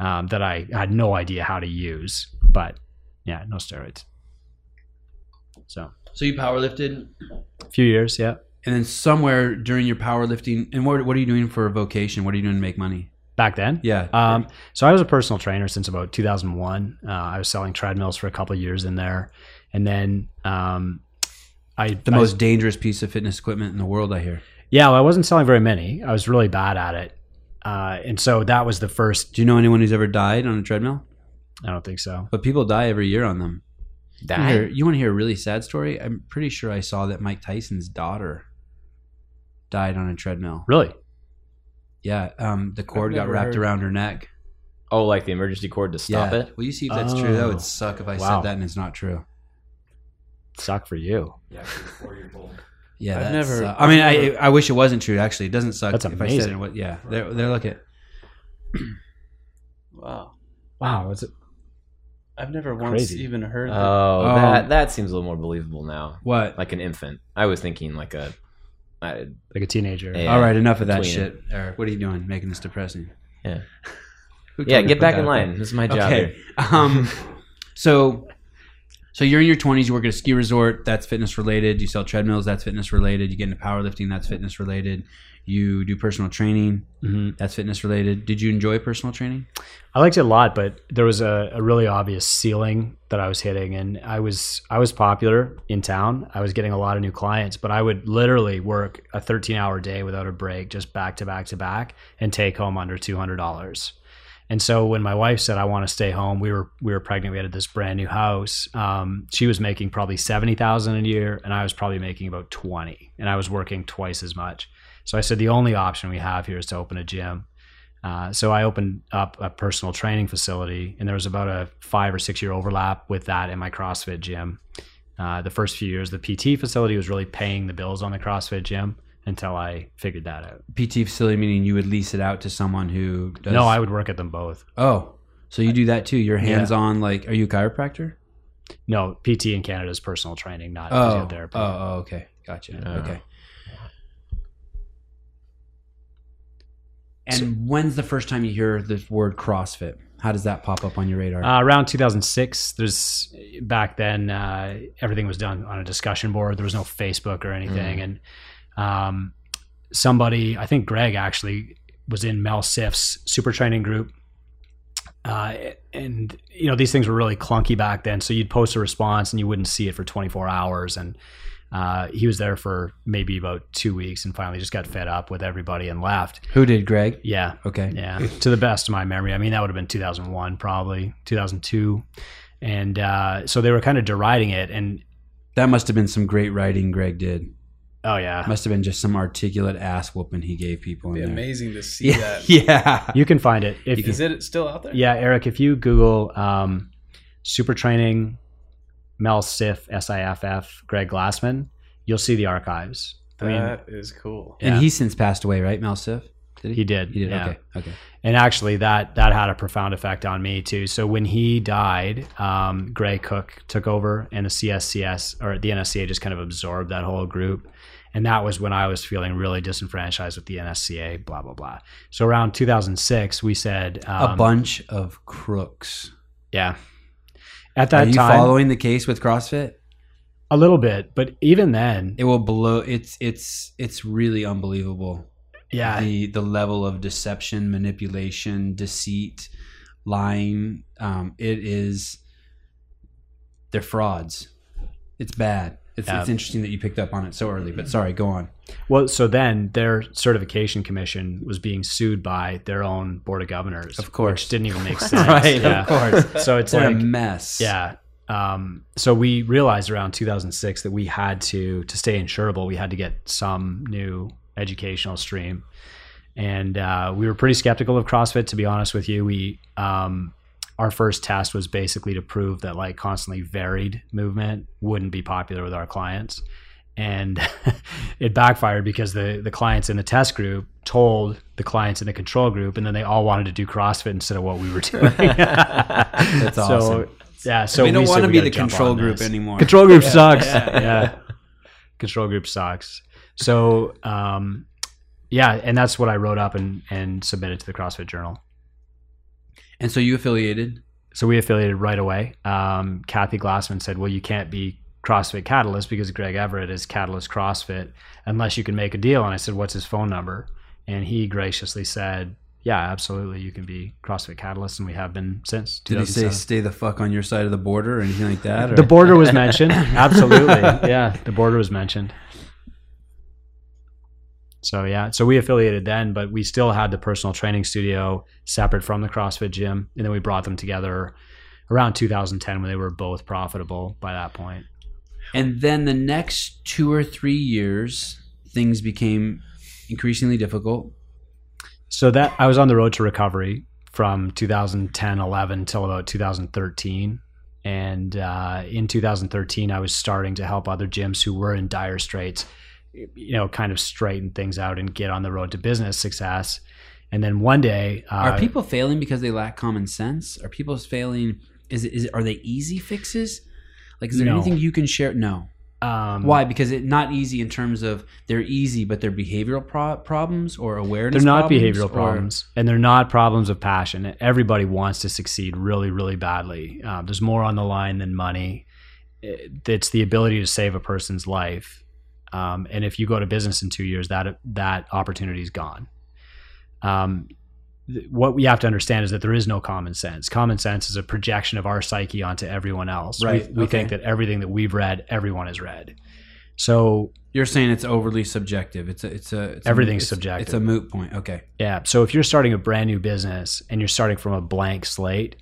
um, that i had no idea how to use but yeah no steroids so
So you powerlifted,
a few years yeah
and then somewhere during your powerlifting, and what what are you doing for a vocation? What are you doing to make money?
back then
Yeah.
Um, so I was a personal trainer since about 2001. Uh, I was selling treadmills for a couple of years in there, and then um, I
the
I-
most dangerous piece of fitness equipment in the world, I hear.
Yeah, well, I wasn't selling very many. I was really bad at it. Uh, and so that was the first.
Do you know anyone who's ever died on a treadmill?
I don't think so.
But people die every year on them. You,
Die?
hear- you want to hear a really sad story? I'm pretty sure I saw that Mike Tyson's daughter died on a treadmill.
Really?
Yeah, um, the cord got
never
wrapped
heard.
around her neck.
Oh, like the emergency cord to stop
yeah.
it?
Will you see if that's true? That
Oh.
would suck if I
Wow.
said that and it's not true.
Suck for you.
Yeah, four year old.
Yeah,
I've
that
never-
suck- I mean, I I wish it wasn't true. Actually, it doesn't suck.
That's
if I said
amazing.
it. What? Yeah, there, there. Look at.
Wow.
Wow. Was it?
I've never once
Crazy.
even heard that.
Oh,
Oh.
that that seems a little more believable now.
What?
Like an infant. I was thinking like a. I,
Like a teenager.
Yeah.
All right, enough of that
Between
shit. Eric, what are you doing? Making this depressing.
Yeah.
*laughs* Who
yeah,
told you to
get
put
back
that
in
up
line. This is my
there?
job.
Okay.
*laughs*
Um, so, so you're in your 20s. You work at a ski resort. That's fitness related. You sell treadmills. That's fitness related. You get into powerlifting. That's fitness related. You do personal training.
Mhm.
That's fitness related. Did you enjoy personal training?
I liked it a lot, but there was a, a really obvious ceiling that I was hitting, and I was I was popular in town. I was getting a lot of new clients, but I would literally work a 13 hour day without a break, just back to back to back, and take home under two hundred dollars. And so when my wife said I want to stay home, we were we were pregnant. We had this brand new house. Um, she was making probably seventy thousand a year, and I was probably making about twenty, and I was working twice as much. So I said the only option we have here is to open a gym. Uh, so I opened up a personal training facility, and there was about a five or six year overlap with that in my CrossFit gym. Uh, the first few years, the PT facility was really paying the bills on the CrossFit gym until I figured that out.
PT facility meaning you would lease it out to someone who does.
No, I would work at them both.
Oh, so you do that too? You're
Yeah.
hands on. Like, are you a chiropractor?
No, PT in Canada is personal training, not
Oh, oh,
physiotherapy.
oh, okay, gotcha.
Yeah.
Okay. And when's the first time you hear the word CrossFit? How does that pop up on your radar?
Uh, around 2006, there's back then uh, everything was done on a discussion board. There was no Facebook or anything, and um, somebody, I think Greg actually was in Mel Siff's super training group. Uh, and you know these things were really clunky back then, so you'd post a response and you wouldn't see it for 24 hours, and Uh, he was there for maybe about two weeks and finally just got fed up with everybody and left.
Who did Greg?
Yeah,
Okay.
yeah, *laughs* to the best of my memory. I mean, that would have been 2001, probably 2002, and uh, so they were kind of deriding it. And
That must have been some great writing Greg did.
oh *laughs* yeah,
Must have been just some articulate ass whooping he gave people.
It'd
In
be
there.
amazing to see
Yeah. *laughs*
that.
Yeah.
*laughs* you can find it if
Is it still out there?
Yeah, Eric, if you Google um, super training Mel Siff, S I F F, Greg Glassman, you'll see the archives. I mean,
That is cool.
And
Yeah.
he's since passed away, right, Mel Siff? Did
he did.
He did.
yeah.
Okay. Okay.
And actually, that that had a profound effect on me too. So when he died, um, Gray Cook took over, and the CSCS or the NSCA just kind of absorbed that whole group. And that was when I was feeling really disenfranchised with the NSCA. Blah blah blah. So around 2006, we said um,
a bunch of crooks.
Yeah. At
Are
that
you
time,
following the case with CrossFit?
a little bit, but even then,
It will blow. It's it's it's really unbelievable.
yeah,
the the level of deception, manipulation, deceit, lying. Um, it is they're frauds. It's bad. It's,
Yeah.
it's interesting that you picked up on it so early, but sorry, go on.
Well, so then their certification commission was being sued by their own board of governors,
Of course.
which didn't even make sense.
*laughs* right,
yeah.
of course.
So it's
It's a
like,
mess.
yeah. Um, so we realized around 2006 that we had to to stay insurable. We had to get some new educational stream, and uh, we were pretty skeptical of CrossFit. To be honest with you, we um, our first test was basically to prove that like constantly varied movement wouldn't be popular with our clients and *laughs* it backfired because the the clients in the test group told the clients in the control group and then they all wanted to do crossfit instead of what we were doing *laughs* that's
awesome.
yeah so
we don't
said
want to
we
be
gotta
the
jump
control
on
group
this.
anymore.
Control group sucks. Yeah. Control group sucks. So, um, yeah, and that's what I wrote up and, and submitted to the CrossFit Journal.
and so you affiliated.
So we affiliated right away. Um, Kathy Glassman said, well, you can't be CrossFit Catalyst because Greg Everett is Catalyst CrossFit unless you can make a deal. And I said, what's his phone number? And he graciously said, yeah, absolutely. You can be CrossFit Catalyst. And we have been since
Did he say
2007.
stay the fuck on your side of the border or anything like that? Or?
The border was mentioned. *laughs* Absolutely. Yeah, the border was mentioned. So yeah, so we affiliated then, but we still had the personal training studio separate from the CrossFit gym, and then we brought them together around 2010 when they were both profitable by that point.
And then the next two or three years, things became increasingly difficult.
So that I was on the road to recovery from 2010, 11 till about 2013. And uh, in 2013, I was starting to help other gyms who were in dire straits, you know, kind of straighten things out and get on the road to business success. And then one day, uh,
Are people failing because they lack common sense? Are people failing? Is it, is it, are they easy fixes? Like, is there
No.
anything you can share? No.
um,
Why? Because it not easy in terms of they're easy, but they're behavioral pro- problems or awareness.
They're not
problems
behavioral
or-
problems, and they're not problems of passion. Everybody wants to succeed really, really badly. Um, there's more on the line than money. It- It's the ability to save a person's life, um, and if you go to business in two years, that that opportunity is gone. Um, th- what we have to understand is that there is no common sense. Common sense is a projection of our psyche onto everyone else. We-
Right,
We, think
okay.
that everything that we've read, everyone has read. So
You're saying it's overly subjective. It's a, it's a, it's a-
Everything's
it's-
subjective.
It's a moot point. Okay.
Yeah. So if you're starting a brand new business and you're starting from a blank slate,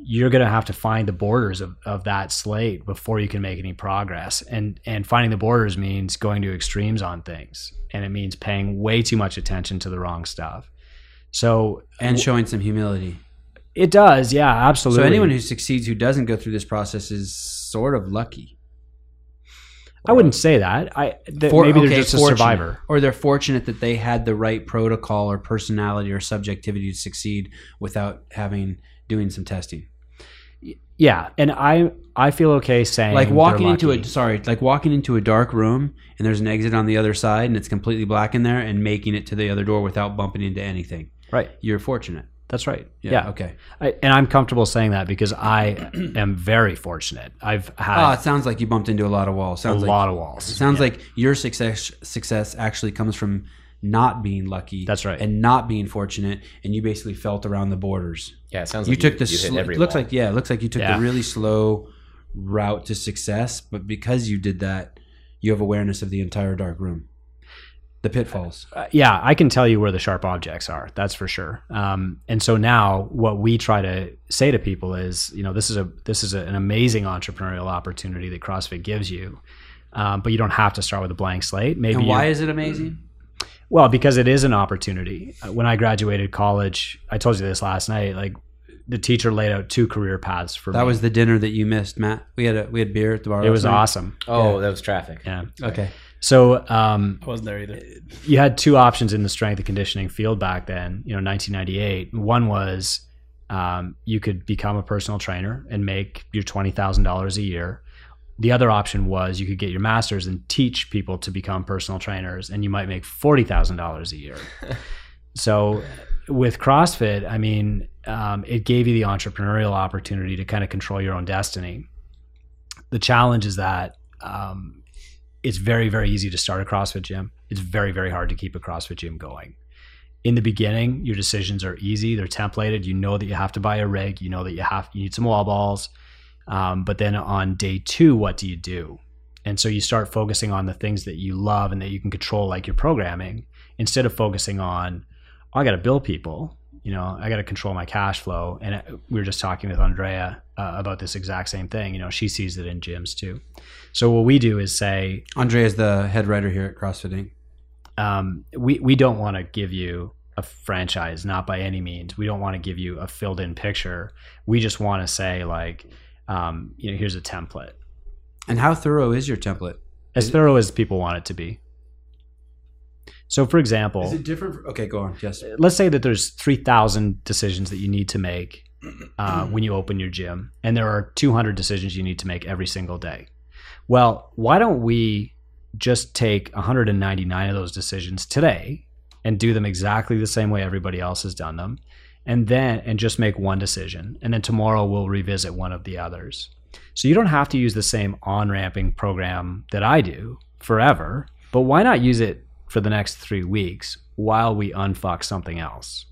you're going to have to find the borders of, of that slate before you can make any progress. And and finding the borders means going to extremes on things, and it means paying way too much attention to the wrong stuff. So
And showing some humility.
it does, yeah, absolutely.
So anyone who succeeds who doesn't go through this process is sort of lucky.
I wouldn't say that. I that
For-
maybe
okay,
they're just a
fortunate.
survivor.
or they're fortunate that they had the right protocol or personality or subjectivity to succeed without having doing some testing
Yeah, and I I feel okay saying
like
they're
walking into
lucky.
a sorry like walking into a dark room and there's an exit on the other side and it's completely black in there and making it to the other door without bumping into anything
right.
you're fortunate
That's right.
yeah,
yeah.
okay
I, and I'm comfortable saying that
*clears throat*
because I am very fortunate. I've
oh
had
it sounds like you bumped into a lot of walls
a
sounds like
lot of
it
walls.
sounds like your success success actually comes from not being lucky
That's right.
and not being fortunate and you basically felt around the borders
Yeah, it sounds
you
like
took the
you hit
sl-
every
it looks
wall.
like yeah it looks like you took
Yeah.
the really slow route to success but because you did that you have awareness of the entire dark room, the pitfalls.
uh, yeah, I can tell you where the sharp objects are. That's for sure. Um, and so now, what we try to say to people is, you know, this is a this is a, an amazing entrepreneurial opportunity that CrossFit gives you, um, but you don't have to start with a blank slate. Maybe
and
you- Mm.
why is it amazing?
well, because it is an opportunity. Uh, When I graduated college, I told you this last night. Like, the teacher laid out two career paths for
That
me.
was the dinner that you missed, Matt. We had a we had beer at the bar.
it was
last
awesome.
Oh, that was traffic.
Yeah.
night. Okay.
So um,
I wasn't there either.
you had two options in the strength and conditioning field back then, you know, 1998. One was um, you could become a personal trainer and make your $20,000 a year. The other option was you could get your master's and teach people to become personal trainers, and you might make $40,000 a year. so with CrossFit, I mean, um, it gave you the entrepreneurial opportunity to kind of control your own destiny. The challenge is that um, it's very, very easy to start a CrossFit gym. It's very, very hard to keep a CrossFit gym going. In the beginning, your decisions are easy. They're templated. You know that you have to buy a rig. You know that you have you need some wall balls. Um, but then on day two, what do you do? And so you start focusing on the things that you love and that you can control, like your programming, instead of focusing on, oh, I got to bill people. You know, I got to control my cash flow. And uh, we were just talking with Andrea uh, about this exact same thing. You know, she sees it in gyms too. So what we do is say,
Andre is the head writer here at CrossFit Inc.
um, we we don't want to give you a franchise, not by any means. We don't want to give you a filled in picture. We just want to say like, um, you know, here's a template
And how thorough is your template?
as
Is it-
thorough as people want it to be. So, for
Is
example,
it different? For, okay, go on. Yes.
let's say that there's 3,000 decisions that you need to make uh, when you open your gym, and there are 200 decisions you need to make every single day. Well, why don't we just take 199 of those decisions today and do them exactly the same way everybody else has done them, and then and just make one decision, and then tomorrow we'll revisit one of the others. So you don't have to use the same on-ramping program that I do forever, but why not use it for the next three weeks while we unfuck something else,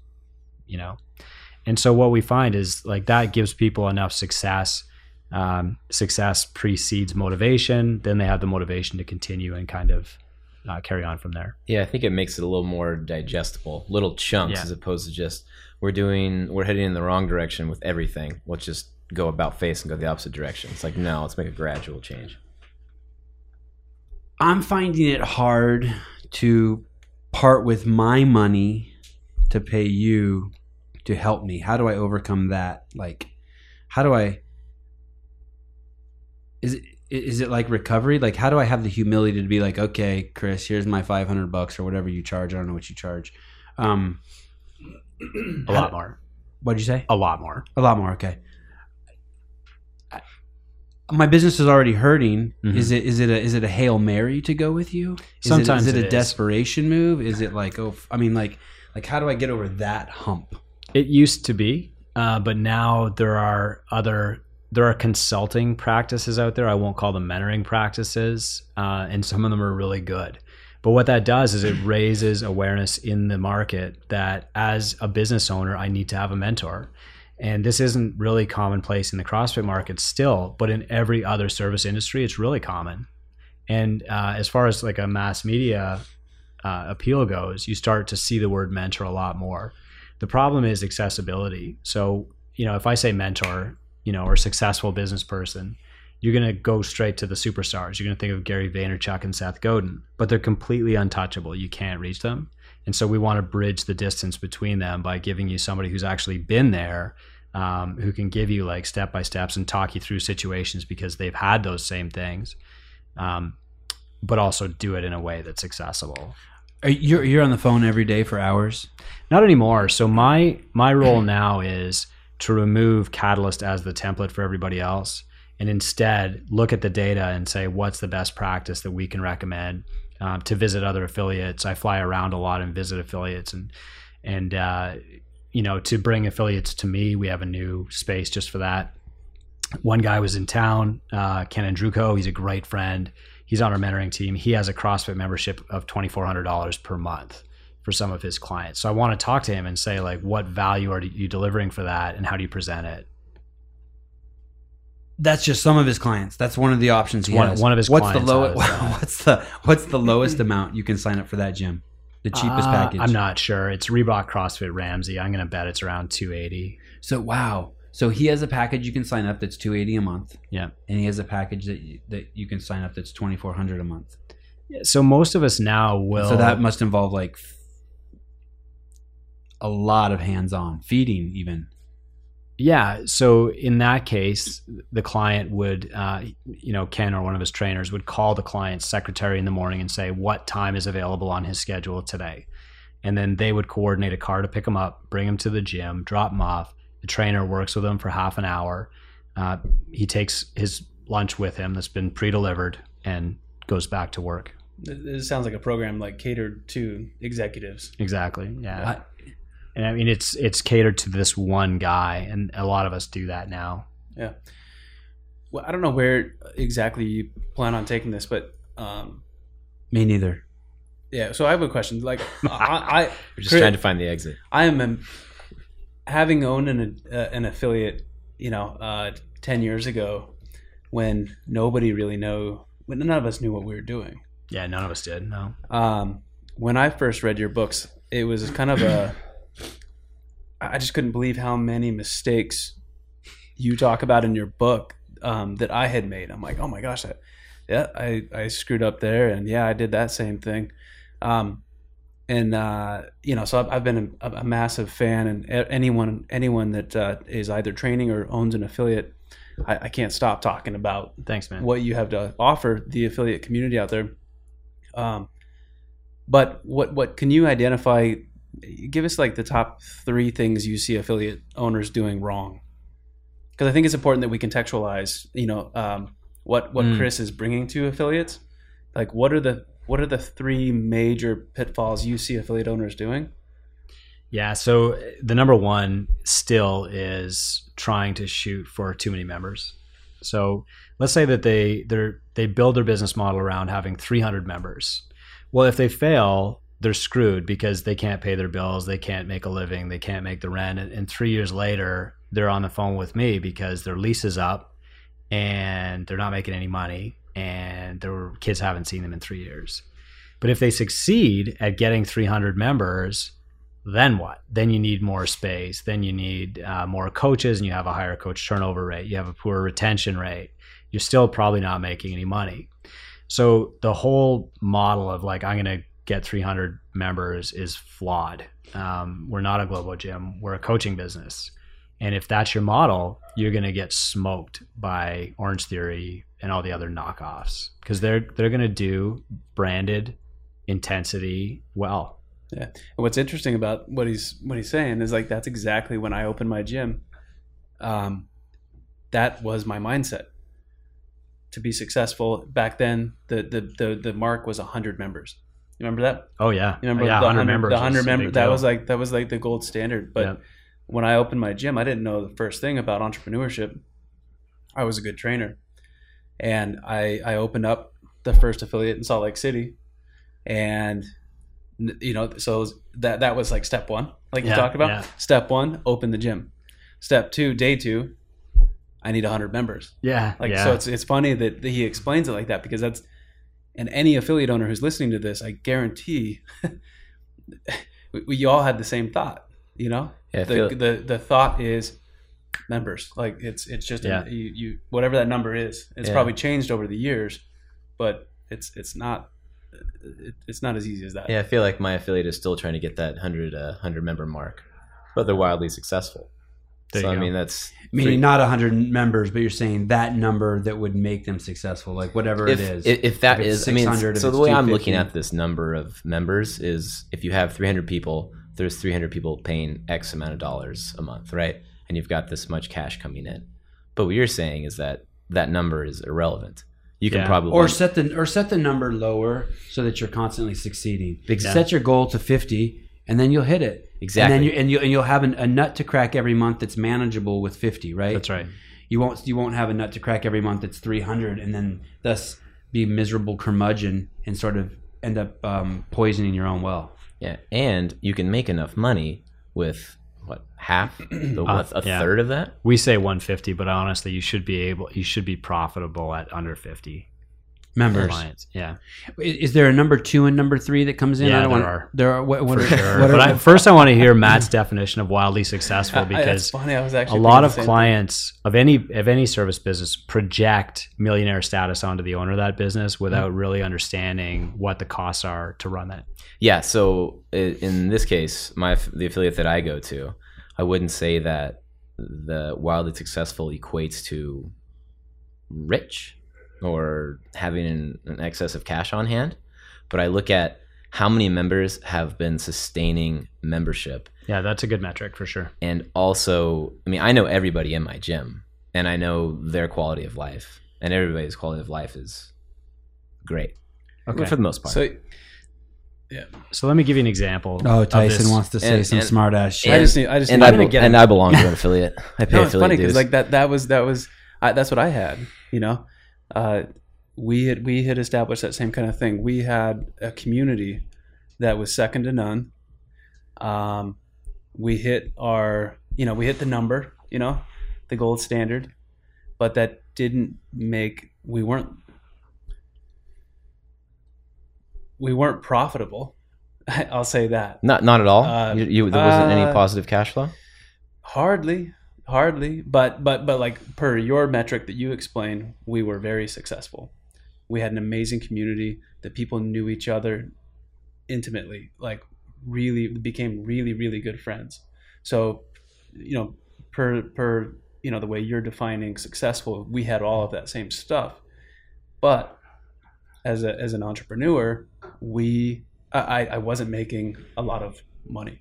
you know? And so what we find is like that gives people enough success. Um, success precedes motivation. Then they have the motivation to continue and kind of uh, carry on from there.
Yeah, I think it makes it a little more digestible, little chunks
Yeah.
as opposed to just we're doing we're heading in the wrong direction with everything. Let's just go about face and go the opposite direction. It's like no, let's make a gradual change.
I'm finding it hard to part with my money to pay you to help me. How do I overcome that? Like, how do I? Is it is it like recovery? Like, how do I have the humility to be like, okay, Chris, here's my five hundred bucks or whatever you charge. I don't know what you charge. Um,
A lot more.
what'd you say?
A lot more.
A lot more. Okay. I- My business is already hurting.
Mhm.
Is it is it a is it a hail mary to go with you? Is
Sometimes
it, is it
it
a
is.
desperation move? Is it like oh f- I mean like like how do I get over that hump?
It used to be, uh, but now there are other there are consulting practices out there. I won't call them mentoring practices, uh, and some of them are really good. But what that does is it raises awareness in the market that as a business owner, I need to have a mentor. And this isn't really commonplace in the CrossFit market still, but in every other service industry, it's really common. And uh, as far as like a mass media uh, appeal goes, you start to see the word mentor a lot more. The problem is accessibility. So, you know, if I say mentor, you know, or successful business person, you're going to go straight to the superstars. You're going to think of Gary Vaynerchuk and Seth Godin, but they're completely untouchable. You can't reach them. And so we want to bridge the distance between them by giving you somebody who's actually been there, um, who can give you like step by steps and talk you through situations because they've had those same things, um, but also do it in a way that's accessible.
Are you- You're you're on the phone every day for hours.
Not anymore. So my my role now is to remove Catalyst as the template for everybody else, and instead look at the data and say what's the best practice that we can recommend um, to visit other affiliates. I fly around a lot and visit affiliates, and and uh, you know to bring affiliates to me. We have a new space just for that. One guy was in town, uh, Ken Andruko. He's a great friend. He's on our mentoring team. He has a CrossFit membership of twenty four hundred dollars per month for some of his clients. So I want to talk to him and say like, what value are you delivering for that, and how do you present it?
That's just some of his clients. That's one of the options. He
One-
has.
one of his
What's the
clients
lowest?
has
*laughs*
that.
What's the what's the lowest amount you can sign up for that gym? The cheapest
Uh,
package.
I'm not sure. It's Reebok CrossFit Ramsey. I'm going to bet it's around 280.
So wow. So he has a package you can sign up that's two eighty a month.
Yeah.
And he has a package that you, that you can sign up that's twenty four hundred a month.
So most of us now will.
so that must involve like f- a lot of hands on feeding even.
Yeah. So in that case, the client would, uh, you know, Ken or one of his trainers would call the client's secretary in the morning and say, what time is available on his schedule today? And then they would coordinate a car to pick him up, bring him to the gym, drop him off. The trainer works with him for half an hour. Uh, he takes his lunch with him that's been pre delivered and goes back to work.
Th- This sounds like a program like catered to executives.
Exactly. Yeah.
I-
and I mean, it's it's catered to this one guy, and a lot of us do that now.
Well, I don't know where exactly you plan on taking this, but um,
Me neither.
yeah. So I have a
*laughs*
question. Like, I, I
We're just
Chris-
trying to find the exit.
I am am- having owned an uh, an affiliate, you know, uh, ten years ago, when nobody really knew, when none of us knew what we were doing.
Yeah, none of us did. No.
Um, when I first read your books, it was kind of a. I just couldn't believe how many mistakes you talk about in your book um, that I had made. I'm like, oh my gosh, I, yeah, I, I screwed up there, and yeah, I did that same thing. Um, and uh, you know, so I've, I've been a, a massive fan, and a- anyone anyone that uh, is either training or owns an affiliate, I, I can't stop talking about
Thanks, man.
what you have to offer the affiliate community out there. Um, but what what can you identify? Give us like the top three things you see affiliate owners doing wrong, because I think it's important that we contextualize. You know, um, what what
Mm.
Chris is bringing to affiliates. Like, what are the what are the three major pitfalls you see affiliate owners doing?
Yeah. So uh, the number one still is trying to shoot for too many members. So let's say that they they they build their business model around having 300 members. Well, if they fail, they're screwed because they can't pay their bills, they can't make a living, they can't make the rent, and, and three years later, they're on the phone with me because their lease is up, and they're not making any money, and their kids haven't seen them in three years. But if they succeed at getting 300 members, then what? Then you need more space. Then you need uh, more coaches, and you have a higher coach turnover rate. You have a poor retention rate. You're still probably not making any money. So the whole model of like I'm going to get 300 members is flawed. Um, we're not a global gym. We're a coaching business, and if that's your model, you're going to get smoked by Orange Theory and all the other knockoffs because they're they're going to do branded intensity well.
And what's interesting about what he's what he's saying is like that's exactly when I opened my gym. Um, that was my mindset. To be successful back then, the the the, the mark was hundred members. You remember that?
Oh yeah,
You remember
yeah,
the hundred
members
The
is a
hundred
big
member. That
deal.
was like that was like the gold standard. But
Yeah.
when I opened my gym, I didn't know the first thing about entrepreneurship. I was a good trainer, and I I opened up the first affiliate in Salt Lake City, and n- you know so it was- that that was like step one, like
Yeah,
you talked about.
yeah.
Step one, open the gym. Step two, day two, I need hundred members.
yeah,
Like
yeah.
so, it's it's funny that he explains it like that because that's and any affiliate owner who's listening to this, I guarantee, *laughs* we, we all had the same thought. You know,
Yeah, I
the,
feel-
the the thought is members. Like it's it's just
Yeah.
you, you whatever that number is. It's
Yeah.
probably changed over the years, but it's it's not it, it's not as easy as that.
Yeah, I feel like my affiliate is still trying to get that 100, uh, 100 member mark, but they're wildly successful.
There
so
you
I
go.
mean, that's
Meaning
three-
not hundred members, but you're saying that number that would make them successful, like whatever
if,
it is.
If, if that
If it's
is, I mean,
600, if
so
it's
the way I'm looking
250.
at this number of members is if you have 300 people, there's 300 people paying X amount of dollars a month, right? And you've got this much cash coming in. But what you're saying is that that number is irrelevant. You can
Yeah.
probably
or set the or set the number lower so that you're constantly succeeding.
Exactly.
Set your goal to 50, and then you'll hit it.
exactly.
And then you and you and you'll have an, a nut to crack every month that's manageable with 50, right?
That's right.
You won't you won't have a nut to crack every month that's 300, and then thus be a miserable curmudgeon and sort of end up um, poisoning your own well.
Yeah, and you can make enough money with what
*clears throat*
half the
Uh,
what, a
yeah.
third of that
We say 150, but honestly, you should be able, you should be profitable at under 50
members.
clients. Yeah,
I- Is there a number two and number three that comes in?
Yeah, there
wanna-
are.
There are. What, what
for
are,
sure.
what are
But I,
the-
first, I
*laughs*
want to hear Matt's definition of wildly successful
I- I- that's
because
funny. I was
a
actually
lot
thinking the
of
same thing.
clients of any of any service business project millionaire status onto the owner of that
Mm-hmm.
business without really understanding what the costs are to run that.
Yeah. So i- in this case, my aff- the affiliate that I go to, I wouldn't say that the wildly successful equates to rich or having an, an excess of cash on hand, but I look at how many members have been sustaining membership
Yeah, that's a good metric for sure.
and also i mean i know everybody in my gym and i know their quality of life and everybody's quality of life is great
Okay.
for the most part
So
So let me give you an example.
oh,
of
Tyson
this.
wants to say
And-
some
and-
smart ass shit.
I just need. I just
and
need
I,
to
bel-
get
and I
*laughs*
belong to an affiliate. I pay
No, it's
affiliate
funny because
dues.
like that that was that was I, that's what I had. You know, uh, we had we had established that same kind of thing. We had a community that was second to none. Um, we hit our you know we hit the number you know the gold standard, but that didn't make we weren't we weren't profitable. *laughs* I'll say that.
not not at all.
Uh,
you, you, there wasn't any
uh,
positive cash flow.
Hardly, hardly. But but but like per your metric that you explained, we were very successful. We had an amazing community. The people knew each other intimately, like really became really really good friends. So, you know, per per you know the way you're defining successful, we had all of that same stuff. But as a as an entrepreneur, we I I- I wasn't making a lot of money.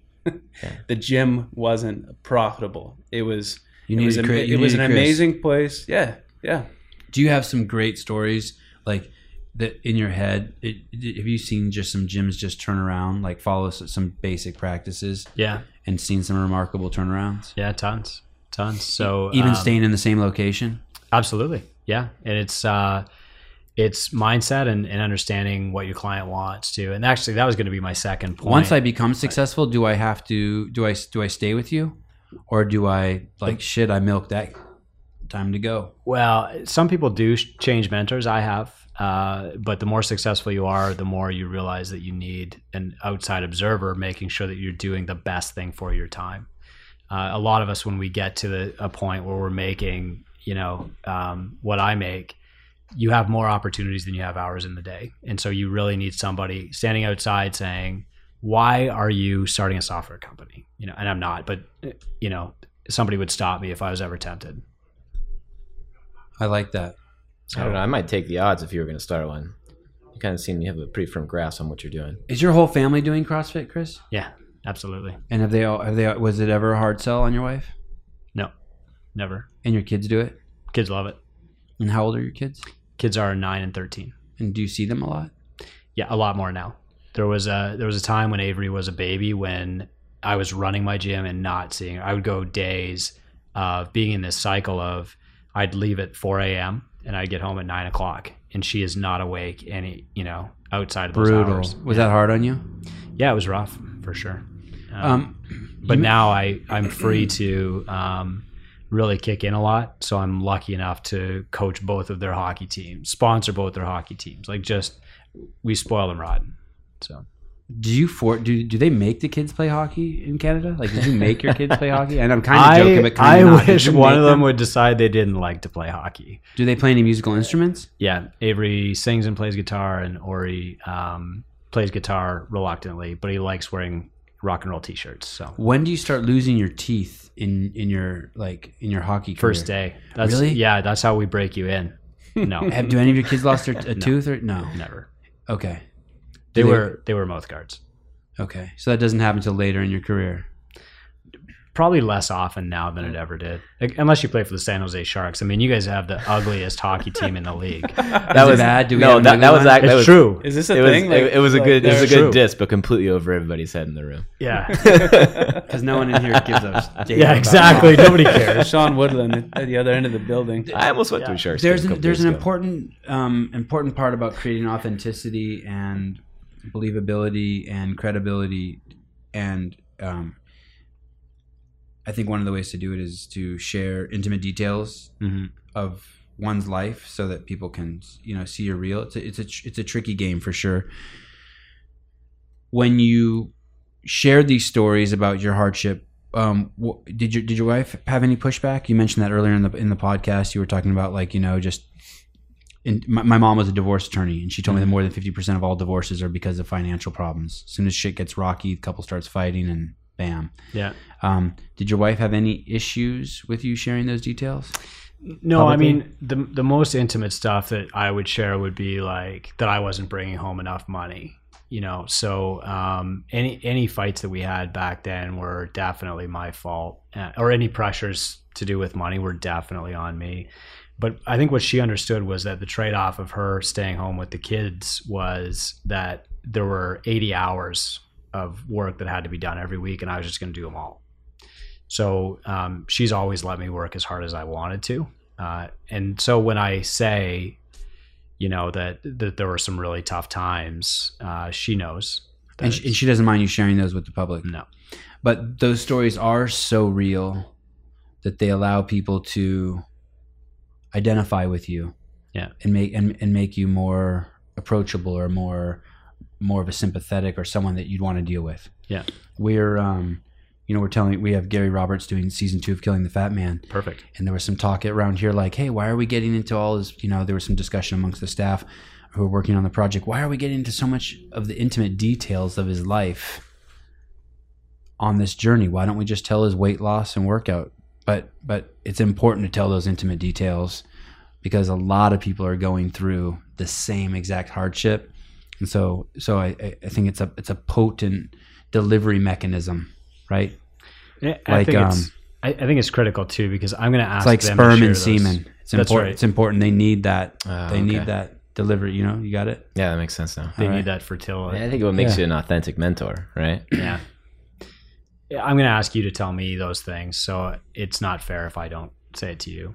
the gym wasn't profitable. It was
you
it
need
was,
to
am-
create. you
it was
need
an
to create-
amazing place. Yeah,
*laughs*
yeah.
Do you have some great stories like that in your head? It, it- have you seen just some gyms just turn around, like follow s- some basic practices,
Yeah,
and seen some remarkable turnarounds?
yeah, tons, tons. So
E-, Even
um,
staying in the same location.
Absolutely. Yeah. And it's uh it's mindset and, and understanding what your client wants to. And actually that was gonna be my second point.
Once I become successful, do I have to? Do I do I stay with you, or do I like shit? I milk that. Time to go.
well, some people do sh- change mentors. I have. Uh, but the more successful you are, the more you realize that you need an outside observer making sure that you're doing the best thing for your time. Uh, a lot of us, when we get to the, a point where we're making, you know, um, what I make, you have more opportunities than you have hours in the day. And so you really need somebody standing outside saying, why are you starting a software company? You know, and I'm not, but eh, you know, somebody would stop me if I was ever tempted.
I like that.
I don't know. I might take the odds if you were going to start one. You kind of seem you have a pretty firm grasp on what you're doing.
Is your whole family doing CrossFit, Chris?
Yeah, absolutely.
And have they all? Have they? all- Was it ever a hard sell on your wife?
No, never.
And your kids do it.
Kids love it.
And how old are your kids?
Kids are nine and thirteen.
And do you see them a lot?
Yeah, a lot more now. There was a there was a time when Avery was a baby when I was running my gym and not seeing her. I would go days of being in this cycle of I'd leave at four a.m. and I'd get home at nine o'clock and she is not awake any you know outside of those hours.
Was that hard on you?
Yeah, it was rough for sure.
Um,
but now I I'm free to um, really kick in a lot. So I'm lucky enough to coach both of their hockey teams, sponsor both their hockey teams. Like just we spoil them rotten. So
do you for do do they make the kids play hockey in Canada? Like, did you make your kids
*laughs*
play hockey? And I'm kind of joking, but kind
I
of not. Did
*laughs* wish
you
one
make
of them would decide they didn't like to play hockey.
Do they play any musical instruments?
Yeah, Avery sings and plays guitar, and Ori um, plays guitar reluctantly, but he likes wearing rock and roll t-shirts. So
When do you start losing your teeth in in your like in your hockey career?
first day, that's
Really?
yeah, that's how we break
*laughs*
you in. No,
Have, do any of your kids lost
*laughs*
their, a tooth or no?
never.
Okay, Do they-
They were they were mouth guards.
okay. So that doesn't happen until later in your career.
Probably less often now than
Mm.
it ever did, like, unless you play for the San Jose Sharks. I mean, you guys have the ugliest hockey team in the league.
That
it bad? Do we have
no. That,
another
that was
one?
act-
It's
*laughs* that was- *laughs*
true.
Is this a
It was,
thing?
it, it was a
like,
good it was a
they're-
true.
good diss, but completely over everybody's head in the *laughs* room.
yeah,
Because no one in here gives
*laughs*
a
yeah,
*laughs*
exactly. Nobody cares.
Sean Woodland at the other end of
*laughs*
the building.
I almost went through sharks.
There's an,
a couple
there's
years
an
ago.
important um, important part about creating authenticity and believability and credibility and um, I think one of the ways to do it is to share intimate details
Mm-hmm.
Mhm.
of one's life so that people can you know see your real. It's a, it's a tr- it's a tricky game for sure. When you share these stories about your hardship, um, wh- did your did your wife have any pushback? You mentioned that earlier in the in the podcast. You were talking about like you know just. In, my, my mom was a divorce attorney, and she told me that more than fifty percent of all divorces are because of financial problems. As soon as shit gets rocky, the couple starts fighting, and bam.
Yeah.
Um, did your wife have any issues with you sharing those details?
No,
publicly?
I mean the the most intimate stuff that I would share would be like that I wasn't bringing home enough money, you know. So um, any any fights that we had back then were definitely my fault, uh, or any pressures to do with money were definitely on me. But I think what she understood was that the trade off of her staying home with the kids was that there were eighty hours of work that had to be done every week, and I was just going to do them all. So um, she's always let me work as hard as I wanted to. Uh, and so when I say, you know, that, that there were some really tough times, uh, she knows. that
And she, and
it's-
she doesn't mind you sharing those with the public.
no.
But those stories are so real that they allow people to identify with you.
Yeah.
And make and, and make you more approachable or more more of a sympathetic or someone that you'd want to deal with.
Yeah.
We're um you know, we're telling we have Gary Roberts doing season two of Killing the Fat Man.
Perfect.
and there was some talk around here like hey why are we getting into all this you know there was some discussion amongst the staff who were working on the project why are we getting into so much of the intimate details of his life on this journey why don't we just tell his weight loss and workout but but it's important to tell those intimate details because a lot of people are going through the same exact hardship and so so i i I think it's a it's a potent delivery mechanism right
I, I
Like,
think
um,
it's, I, I think it's critical too, because I'm going to
it's
ask
like
them to
sperm
share
and
those.
semen. It's
That's
important.
right.
It's important. They need that.
Ah,
they
okay.
need that delivery. You know, you got it.
Yeah, that makes sense now.
They
All right.
need that fertility.
I think what makes
Yeah.
you an authentic mentor, right?
Yeah. Yeah, I'm going to ask you to tell me those things. So it's not fair if I don't say it to you.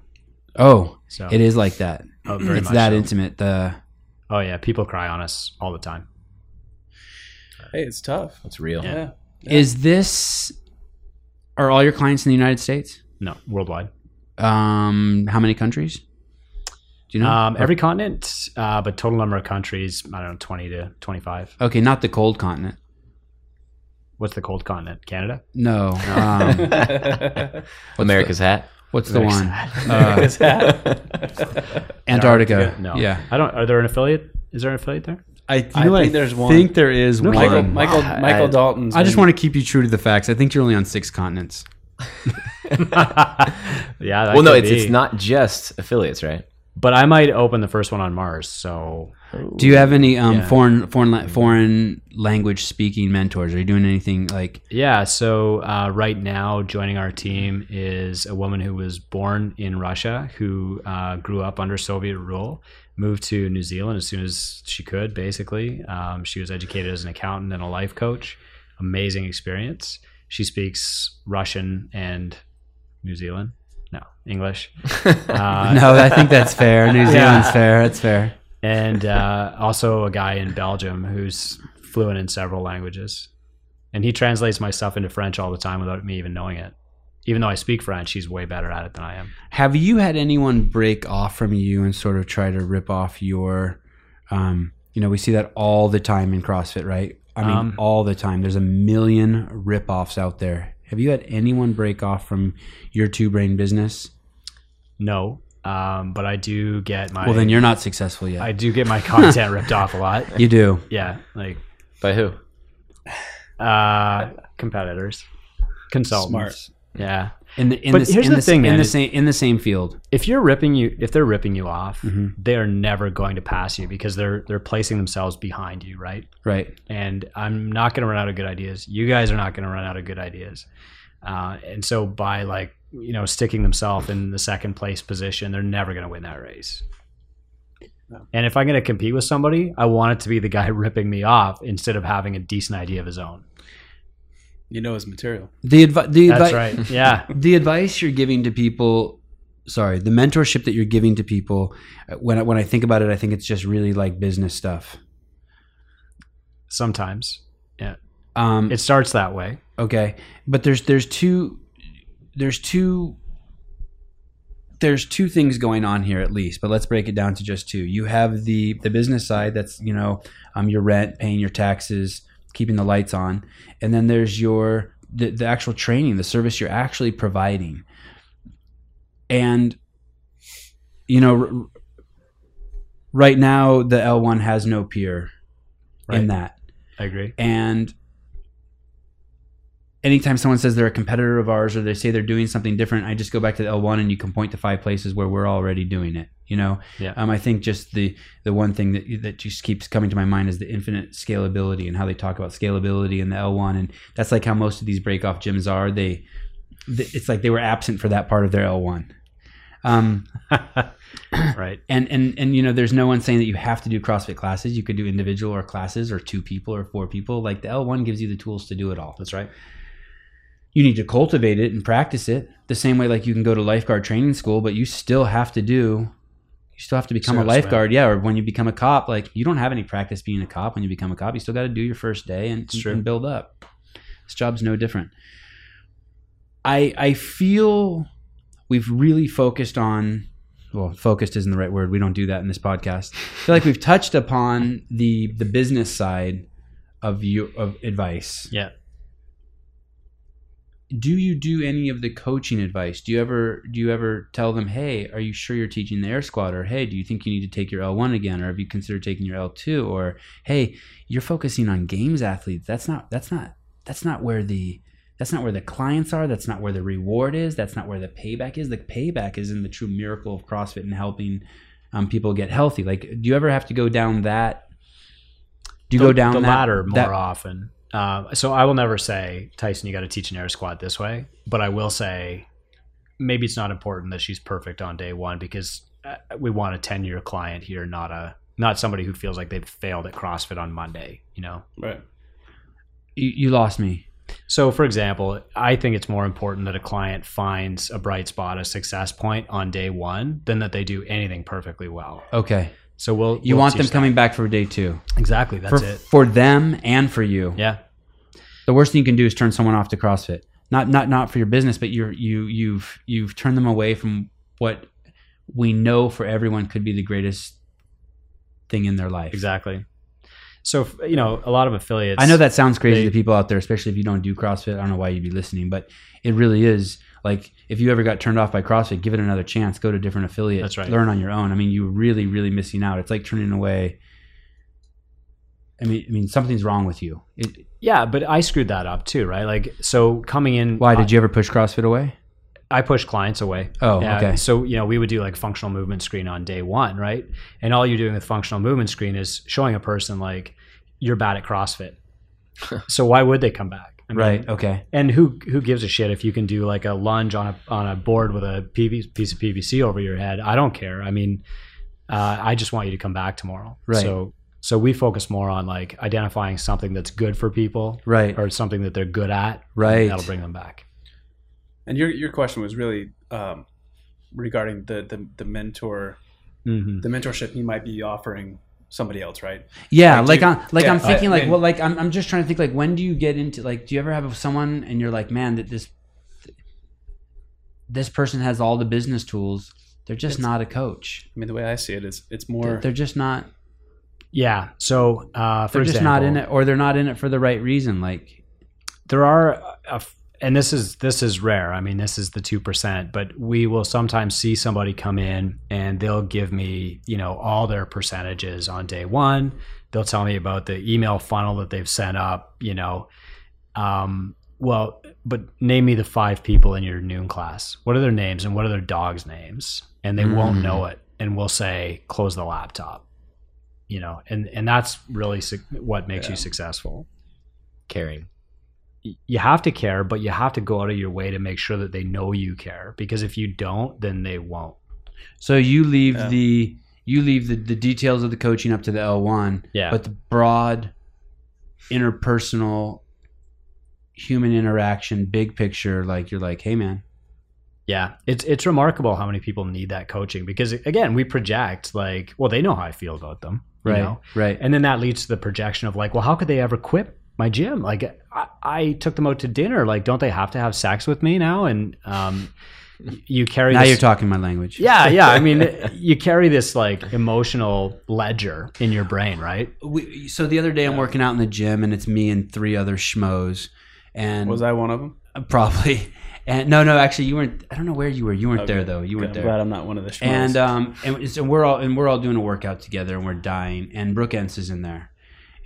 Oh,
So
it is like that.
Oh, very
it's
much
that
so.
intimate. The
Oh yeah. People cry on us all the time.
Hey, it's tough.
It's real. *laughs*
Yeah. Yeah.
is this. Are all your clients in the United States?
No, worldwide.
Um, how many countries? Do
Hmm.
you know?
Um,
Or-
every continent, uh, but total number of countries, I don't know, 20 to 25.
okay, not the cold continent.
What's the cold continent? Canada?
No. Um,
America's hat.
what's the one? *laughs* Uh,
America's
*laughs*
hat.
Antarctica.
No.
Yeah.
I don't, are there an affiliate? Is there an affiliate
*laughs*
there? *laughs*
I,
I think there's one.
think there is
No,
Michael
one.
Michael
I-
Michael Dalton's.
I just want to keep you true to the facts. I think you're only on six continents.
yeah. That
well, no,
could
it's
be.
it's not just affiliates, right?
But I might open the first one on Mars. So
Do you have any um,
Yeah.
foreign foreign la- foreign language speaking mentors? Are you doing anything like?
yeah. So uh, right now, joining our team is a woman who was born in Russia, who uh, grew up under Soviet rule, moved to New Zealand as soon as she could. Basically, um, she was educated as an accountant and a life coach. Amazing experience. She speaks Russian and New Zealand. No, English. Uh,
no, *laughs* I think that's fair. New Zealand's fair. That's fair.
and uh, also a guy in Belgium who's fluent in several languages. And he translates my stuff into French all the time without me even knowing it. Even though I speak French, he's way better at it than I am.
Have you had anyone break off from you and sort of try to rip off your? Um, you know, we see that all the time in CrossFit, right? I mean,
Um,
all the time. There's a million rip-offs out there. Have you had anyone break off from your two brain business?
No, um, but I do get my
Well, then you're not successful yet.
I do get my content ripped off a lot.
you do.
Yeah, like
By who?
uh, competitors, consultants. Yeah,
In the in
But
the,
here's
in
the
the,
thing,
in
man,
the
is-
same in the same field.
if you're ripping you, if they're ripping you off,
Mhm.
they are never going to pass you because they're they're placing themselves behind you, right?
Right.
and I'm not going to run out of good ideas. You guys are not going to run out of good ideas. Uh, and so by like, you know, sticking themselves in the second place position, they're never going to win that race. And if I'm going to compete with somebody, I want it to be the guy *laughs* ripping me off instead of having a decent idea of his own.
You know his material.
The advi- the
That's
advi-
right. Yeah.
the advice you're giving to people sorry the mentorship that you're giving to people uh, when I, when I think about it I think it's just really like business stuff
Sometimes
um
it starts that way.
okay but there's there's two there's two there's two things going on here at least, but let's break it down to just two. You have the the business side that's you know um, your rent, paying your taxes, keeping the lights on, and then there's your the, the actual training, the service you're actually providing, and you know. R- Right now, the L1 has no peer
Right.
in that.
I
*laughs*
agree.
And anytime someone says they're a competitor of ours or they say they're doing something different, I just go back to the L1 and you can point to five places where we're already doing it. You know,
Yeah.
um, I think just the the one thing that that just keeps coming to my mind is the infinite scalability and how they talk about scalability in the L1, and that's like how most of these break off gyms are. They, th- it's like they were absent for that part of their L1. Um,
right.
and and and you know there's no one saying that you have to do crossfit classes you could do individual or classes or two people or four people like the l1 gives you the tools to do it all
That's right.
you need to cultivate it and practice it the same way like you can go to lifeguard training school but you still have to do you still have to become
Still
a
have to
lifeguard yeah or when you become a cop like you don't have any practice being a cop when you become a cop you still got to do your first day and,
It's true.
and build up this job's no different i i feel we've really focused on well focused isn't the right word we don't do that in this podcast i feel like we've touched upon the the business side of you of advice
Yeah.
do you do any of the coaching advice? Do you ever do you ever tell them, hey, are you sure you're teaching the air squat? Or hey, do you think you need to take your L one again? Or have you considered taking your L two? Or hey, you're focusing on games athletes. That's not that's not that's not where the that's not where the clients are. That's not where the reward is. That's not where the payback is. The payback is in the true miracle of CrossFit and helping um, people get healthy. Like, do you ever have to go down that? Do you
the,
go down
the
that,
ladder more
that-
often. Uh, so I will never say, Tyson, you got to teach an air squat this way, but I will say, maybe it's not important that she's perfect on day one because uh, we want a ten-year client here, not a not somebody who feels like they've failed at CrossFit on Monday. You know.
Right.
You, you lost me.
So, for example, I think it's more important that a client finds a bright spot, a success point on day one, than that they do anything perfectly well.
Okay,
So we'll
you
we'll
want them
teach
coming back for day two.
that. exactly. That's
for,
it.
for them and for you.
Yeah.
The worst thing you can do is turn someone off to CrossFit. Not not not for your business, but you're you you've you've turned them away from what we know for everyone could be the greatest thing in their life.
Exactly. So f- you know, a lot of affiliates.
I know that sounds crazy
they-
to people out there, especially if you don't do CrossFit. I don't know why you'd be listening, but it really is. Like if you ever got turned off by CrossFit, give it another chance. Go to different affiliates.
That's right.
Learn on your own. I mean, you're really, really missing out. It's like turning away. I mean, I mean, something's wrong with you. It,
Yeah, but I screwed that up too, right? Like, so coming in,
why did you ever push CrossFit away?
I push clients away?
Oh,
Yeah,
okay.
So you know, we would do like functional movement screen on day one, right? And all you're doing with functional movement screen is showing a person like you're bad
*laughs*
at CrossFit. so why would they come back? I mean,
Right. Okay.
And who who gives a shit if you can do like a lunge on a on a board with a PV, piece of PVC over your head? I don't care. I mean, uh, I just want you to come back tomorrow.
Right.
So so we focus more on like identifying something that's good for people
Right.
or something that they're good at.
Right.
That'll bring them back.
And your your question was really um, regarding the, the the mentor
Mm-hmm.
the mentorship he might be offering somebody else, right?
yeah.
Like,
Like
do-
I'm like
yeah,
I'm thinking
I
like
mean-
well like I'm I'm just trying to think like when do you get into like do you ever have someone and you're like man that this this person has all the business tools they're just not a coach
I mean, the way I see it is, it's
They're-
more
they're just not
Yeah. So uh, for
they're
example,
just not in it or they're not in it for the right reason like
there are a- a f- and this is this is rare i mean this is the 2% but we will sometimes see somebody come in and they'll give me you know all their percentages on day one they'll tell me about the email funnel that they've sent up you know um, well but name me the five people in your noon class what are their names and what are their dogs names and they won't
Mm.
know it and we'll say close the laptop you know and and that's really su- what makes you successful
Caring.
you have to care, but you have to go out of your way to make sure that they know you care. Because if you don't, then they won't.
so you leave
Yeah.
the you leave the, the details of the coaching up to the L1
Yeah.
but the broad interpersonal human interaction big picture like you're like hey man
yeah, it's it's remarkable how many people need that coaching. Because again, we project like, well, they know how I feel about them, you
right
know?
right
And then that leads to the projection of like, well, how could they ever quit my gym. Like I, I took them out to dinner. Like, don't they have to have sex with me now? And um, you carry
Now
this-
you're talking my language.
Yeah, yeah.
*laughs*
I mean, you carry this like emotional ledger in your brain, right?
We, so the other day I'm working out in the gym and it's me and three other schmoes, and
Was I one of them?
*laughs* probably and no no actually you weren't I don't know where you were you weren't there
Okay.
though you
I'm
weren't there
glad I'm not one of the schmucks.
and um and, it's- and we're all and we're all doing a workout together and we're dying and Brooke Entz is in there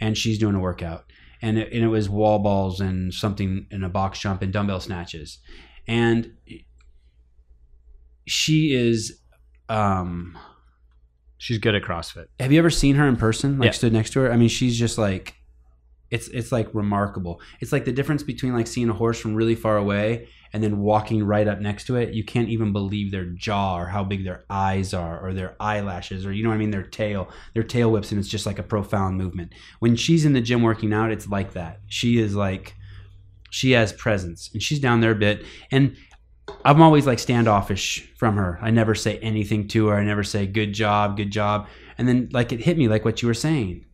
and she's doing a workout and it, and it was wall balls and something in a box jump and dumbbell snatches and she is um
She's good at CrossFit.
have you ever seen her in person? Like
Yeah.
stood next to her? I mean, she's just like it's it's like remarkable. It's like the difference between like seeing a horse from really far away and then walking right up next to it. You can't even believe their jaw or how big their eyes are or their eyelashes or you know what I mean, their tail. Their tail whips and it's just like a profound movement. When she's in the gym working out, it's like that. She is like she has presence and she's down there a bit and I'm always like standoffish from her. I never say anything to her. I never say good job, good job. And then like it hit me like what you were saying.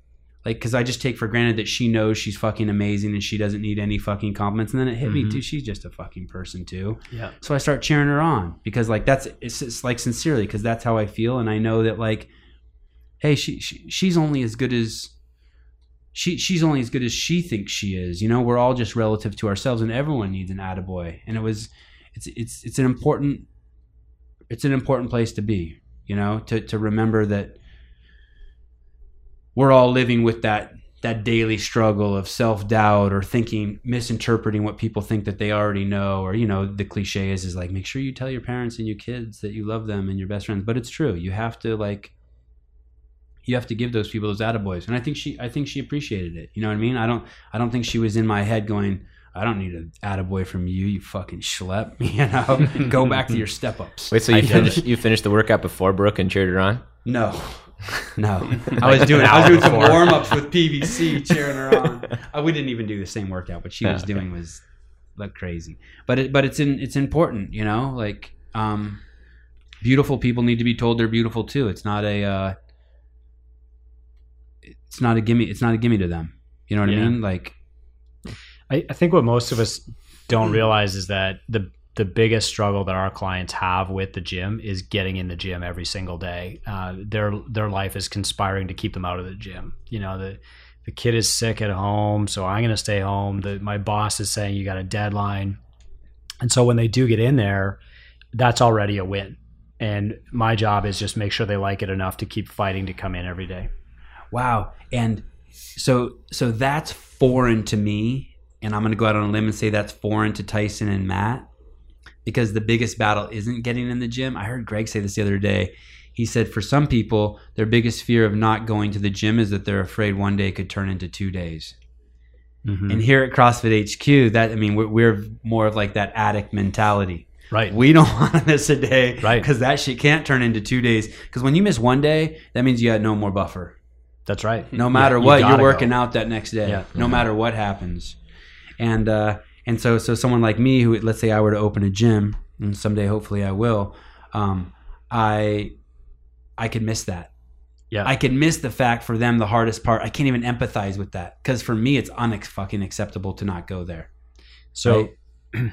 Like cuz I just take for granted that she knows she's fucking amazing and she doesn't need any fucking compliments. And then it hit me
Mhm.
too. She's just a fucking person too.
Yeah.
So I start cheering her on because like that's it's, it's like sincerely because that's how I feel and I know that like hey she, she she's only as good as she she's only as good as she thinks she is. You know, we're all just relative to ourselves and everyone needs an attaboy. And it was it's it's it's an important it's an important place to be, you know, to to remember that we're all living with that that daily struggle of self-doubt or thinking misinterpreting what people think that they already know or you know the cliche is is like make sure you tell your parents and your kids that you love them and your best friends but it's true you have to like you have to give those people those attaboys and i think she i think she appreciated it you know what i mean i don't i don't think she was in my head going i don't need an attaboy from you you fucking schlep *laughs* you know go back to your step ups
Wait, so you finished, you finished the workout before Brooke and cheered her on?
no, no. I was doing *laughs* I was doing some warm ups with PVC, cheering her on. Uh, we didn't even do the same workout. What she
Yeah,
was
okay.
doing was like crazy. But it, but it's in it's important, you know. Like um, beautiful people need to be told they're beautiful too. It's not a uh, it's not a gimme. It's not a gimme to them. You know what I
Yeah.
mean? Like
I, I think what most of us
Hmm.
don't realize is that the the biggest struggle that our clients have with the gym is getting in the gym every single day. Uh, their their life is conspiring to keep them out of the gym. You know the the kid is sick at home, so I'm going to stay home. The, my boss is saying you got a deadline, and so when they do get in there, that's already a win. And my job is just make sure they like it enough to keep fighting to come in every day.
Wow. And so so that's foreign to me, and I'm going to go out on a limb and say that's foreign to Tyson and Matt because the biggest battle isn't getting in the gym. I heard Greg say this the other day. He said for some people, their biggest fear of not going to the gym is that they're afraid one day could turn into 2 days.
Mm-hmm.
And here at CrossFit HQ, that I mean we're, we're more of like that addict mentality.
Right.
We don't *laughs* want to miss a day
Right.
cuz that shit can't turn into 2 days cuz when you miss one day, that means you had no more buffer.
That's right.
No matter
you
what,
gotta
you're
go.
working out that next day.
Yeah.
No matter what happens, and uh, and so so someone like me, who let's say I were to open a gym, and someday hopefully I will, um, I I could miss that.
Yeah.
I could miss the fact for them the hardest part. I can't even empathize with that because for me it's unex fucking acceptable to not go there.
So, *clears throat*
Right.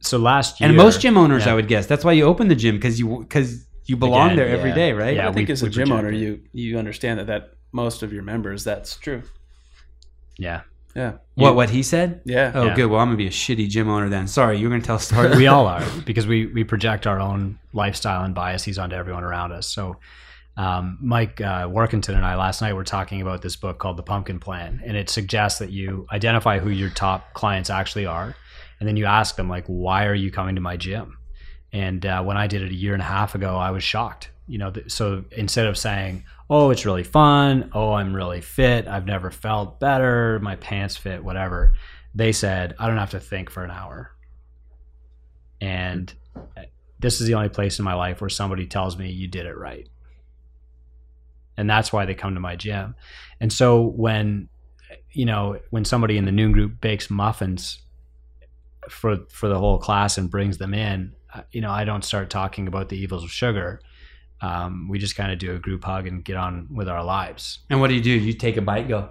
so last year,
And most gym owners,
Yeah.
I would guess, that's why you open the gym because you because you belong
Again,
there every
yeah.
day, right?
Yeah,
I think
we-
as a
we
gym
project
owner,
it.
you you understand that that most of your members, that's true.
yeah,
Yeah,
What what he said?
*laughs* yeah.
Oh,
Yeah.
good. Well, I'm gonna be a shitty gym owner then. Sorry, you're gonna tell a story.
*laughs* we all are because we we project our own lifestyle and biases onto everyone around us. So, um, Mike uh, Workington and I last night were talking about this book called The Pumpkin Plan, and it suggests that you identify who your top clients actually are, and then you ask them like, "Why are you coming to my gym?" And uh, when I did it a year and a half ago, I was shocked. You know, th- so instead of saying, "Oh, it's really fun," "Oh, I'm really fit," "I've never felt better," "My pants fit," whatever, they said, "I don't have to think for an hour." And uh, this is the only place in my life where somebody tells me you did it right. And that's why they come to my gym. And so when you know, when somebody in the noon group bakes muffins for for the whole class and brings them in, uh, you know, I don't start talking about the evils of sugar. Um, we just kind of do a group hug and get on with our lives.
And what do you do? You take a bite, go.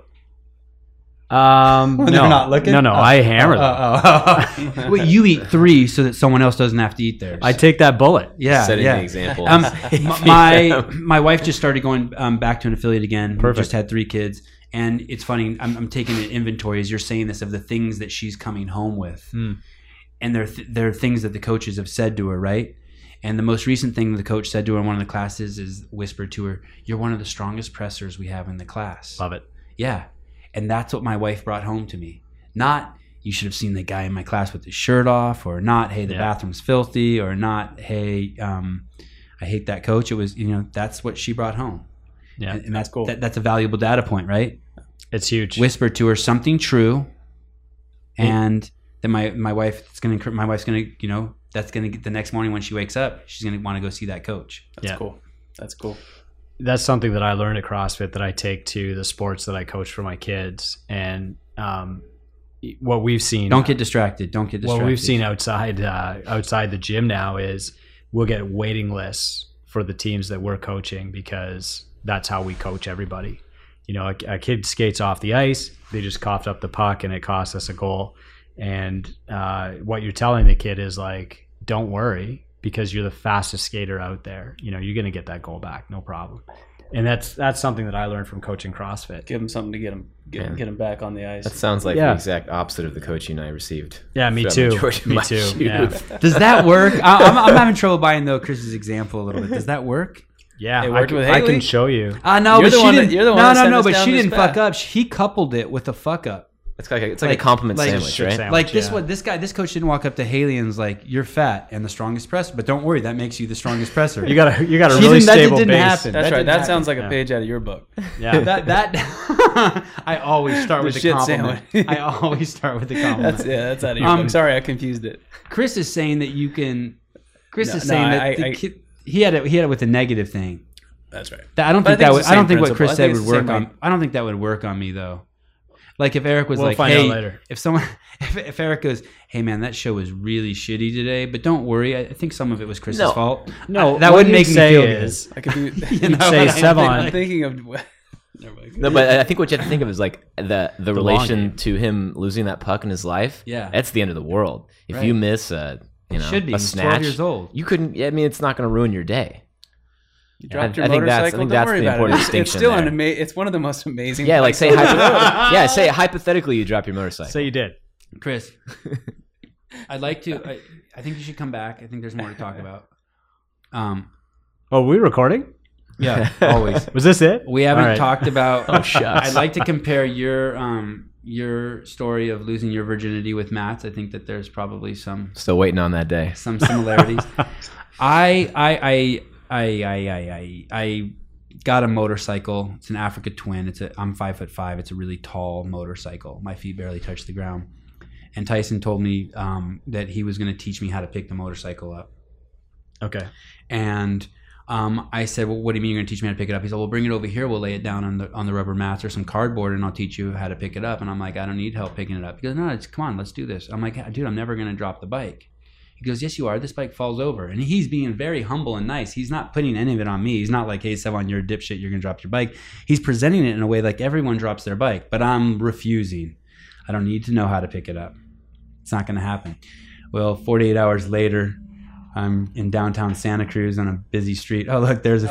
*laughs*
Um,
When
no,
they're not looking?
No, no,
Oh.
I hammer them.
Oh,
*laughs*
oh, oh. well, you eat three so that someone else doesn't have to eat theirs.
I take that bullet.
yeah,
setting
yeah.
the example.
*laughs*
Um, m- my my wife just started going um, back to an affiliate again. We
Perfect.
Just had three kids, and it's funny. I'm, I'm taking an inventory as you're saying this of the things that she's coming home with,
Hmm.
and there th- there are things that the coaches have said to her, right? And the most recent thing the coach said to her in one of the classes is whispered to her, "You're one of the strongest pressers we have in the class."
Love it.
Yeah. And that's what my wife brought home to me. Not, you should have seen the guy in my class with his shirt off, or not, hey, the
Yeah.
bathroom's filthy, or not, hey, um, I hate that coach. It was, you know, that's what she brought home.
Yeah,
And, and that's,
that's cool.
That, that's a valuable data point, right?
It's huge.
Whisper to her something true.
Yeah.
And then my, my wife, it's gonna, my wife's going to, you know, that's going to get the next morning when she wakes up, she's going to want to go see that coach.
That's
Yeah.
cool. That's cool.
that's something that I learned at CrossFit that I take to the sports that I coach for my kids and um, what we've seen.
Don't get distracted. Don't get distracted.
what we've seen outside uh, outside the gym now is we'll get waiting lists for the teams that we're coaching because that's how we coach everybody. You know, a, a kid skates off the ice, they just coughed up the puck, and it cost us a goal. And uh, what you're telling the kid is like, don't worry because you're the fastest skater out there. You know, you're going to get that goal back, no problem. And that's that's something that I learned from coaching CrossFit.
Give him something to get him get,
Yeah.
get him back on the ice.
that sounds like
Yeah.
the exact opposite of the coaching I received.
Yeah, me
throughout the
too.
majority of
Me
my
too.
shoot. *laughs*
Yeah,
Does that
*laughs*
work? I, I'm, I'm having trouble buying though Chris's example a little bit. Does that work?
yeah.
It
I
worked
can-
with
I
Haley?
can show you.
Uh, no,
You're
but
the
she
one that-
didn't.
you're the one
no,
that
no,
sent
no.
us
But
down
she
this
didn't
path.
fuck up. She- He coupled it with a fuck up.
It's like a, it's like,
Like-
a compliment
like-
sandwich, right?
Sandwich,
Like this
yeah.
one, this guy, this coach didn't walk up to Haley and was like, "You're fat and the strongest presser," but don't worry, that makes *laughs* you the strongest presser.
You got a you got a
She
really
didn't- that
stable
didn't
base.
happen.
That's
That
right.
didn't
That
happen.
sounds like
Yeah.
a page out of your book.
*laughs*
Yeah,
that
*laughs*
that. *laughs* I always start
The
with the
shit
compliment.
sandwich.
*laughs* I always start with the compliment.
*laughs* That's yeah. That's out of your
Um,
book. Sorry, I confused it.
Chris is saying that you can. Chris
No,
is
no,
saying that
I-
the
I-
kid, he had it. He had it with a negative thing.
That's right.
That, I don't
But I
think
think
that
it's
would.
the
I don't
same
think what
principle.
Chris
I
said
think
would
it's the
work
same
on.
way.
I don't think that would work on me though. Like if Eric was
We'll
like,
find
"Hey,
out later.
if someone, *laughs* if, if Eric goes, hey man, that show was really shitty today, but don't worry, I, I think some of it was Chris's
No.
fault."
No,
I- that
what
wouldn't
you
make me
say
feel
is
I *laughs* confused.
good. You
I'm
know
say
what I mean?
Sevon.
Like,
thinking of. *laughs* Never mind.
No, but I think what you have to think of is like the the,
long game.
relation to him losing that puck in his life.
Yeah.
that's the end of the world. If
Right.
you miss a you know
should be
a
he's
snatch,
twelve years old.
you couldn't. I mean, it's not going to ruin your day.
You
I-
dropped your
I think that's- I
motorcycle.
think
Don't
that's
worry
the
about it.
important
It's- It's
distinction
still an
there.
ama- It's one of the most amazing.
Yeah,
*laughs*
like
places
say hypo- yeah, say hypothetically you drop your motorcycle.
say you did. *laughs*
Chris, I'd like to. I, I think you should come back. I think there's more to
*laughs*
talk about. Um.
Oh, we recording? *laughs*
Yeah. Always.
Was this it?
We haven't
All right.
talked about.
*laughs*
Oh,
*laughs*
shucks.
I'd like to compare your um your story of losing your virginity with Matt's. I think that there's probably some
Still waiting on that day.
some similarities. I I I I I I I. I Got a motorcycle. It's an Africa Twin. It's a. I'm five foot five. It's a really tall motorcycle. My feet barely touch the ground. And Tyson told me um, that he was going to teach me how to pick the motorcycle up.
Okay.
*laughs*
*laughs*
And um, I said, "Well, what do you mean you're going to teach me how to pick it up?" He said, "Well, bring it over here. We'll lay it down on the on the rubber mats or some cardboard, and I'll teach you how to pick it up." And I'm like, "I don't need help picking it up." He goes, "No, it's come on, let's do this." I'm like, "Dude, I'm never going to drop the bike." He goes, "Yes, you are. This bike falls over." And he's being very humble and nice. He's not putting any of it on me. He's not like, "Hey, Sevon, you're a dipshit. You're going to drop your bike." He's presenting it in a way like everyone drops their bike, but I'm refusing. I don't need to know how to pick it up. It's not going to happen. Well, 48 hours later, I'm in downtown Santa Cruz on a busy street. Oh, look, there's a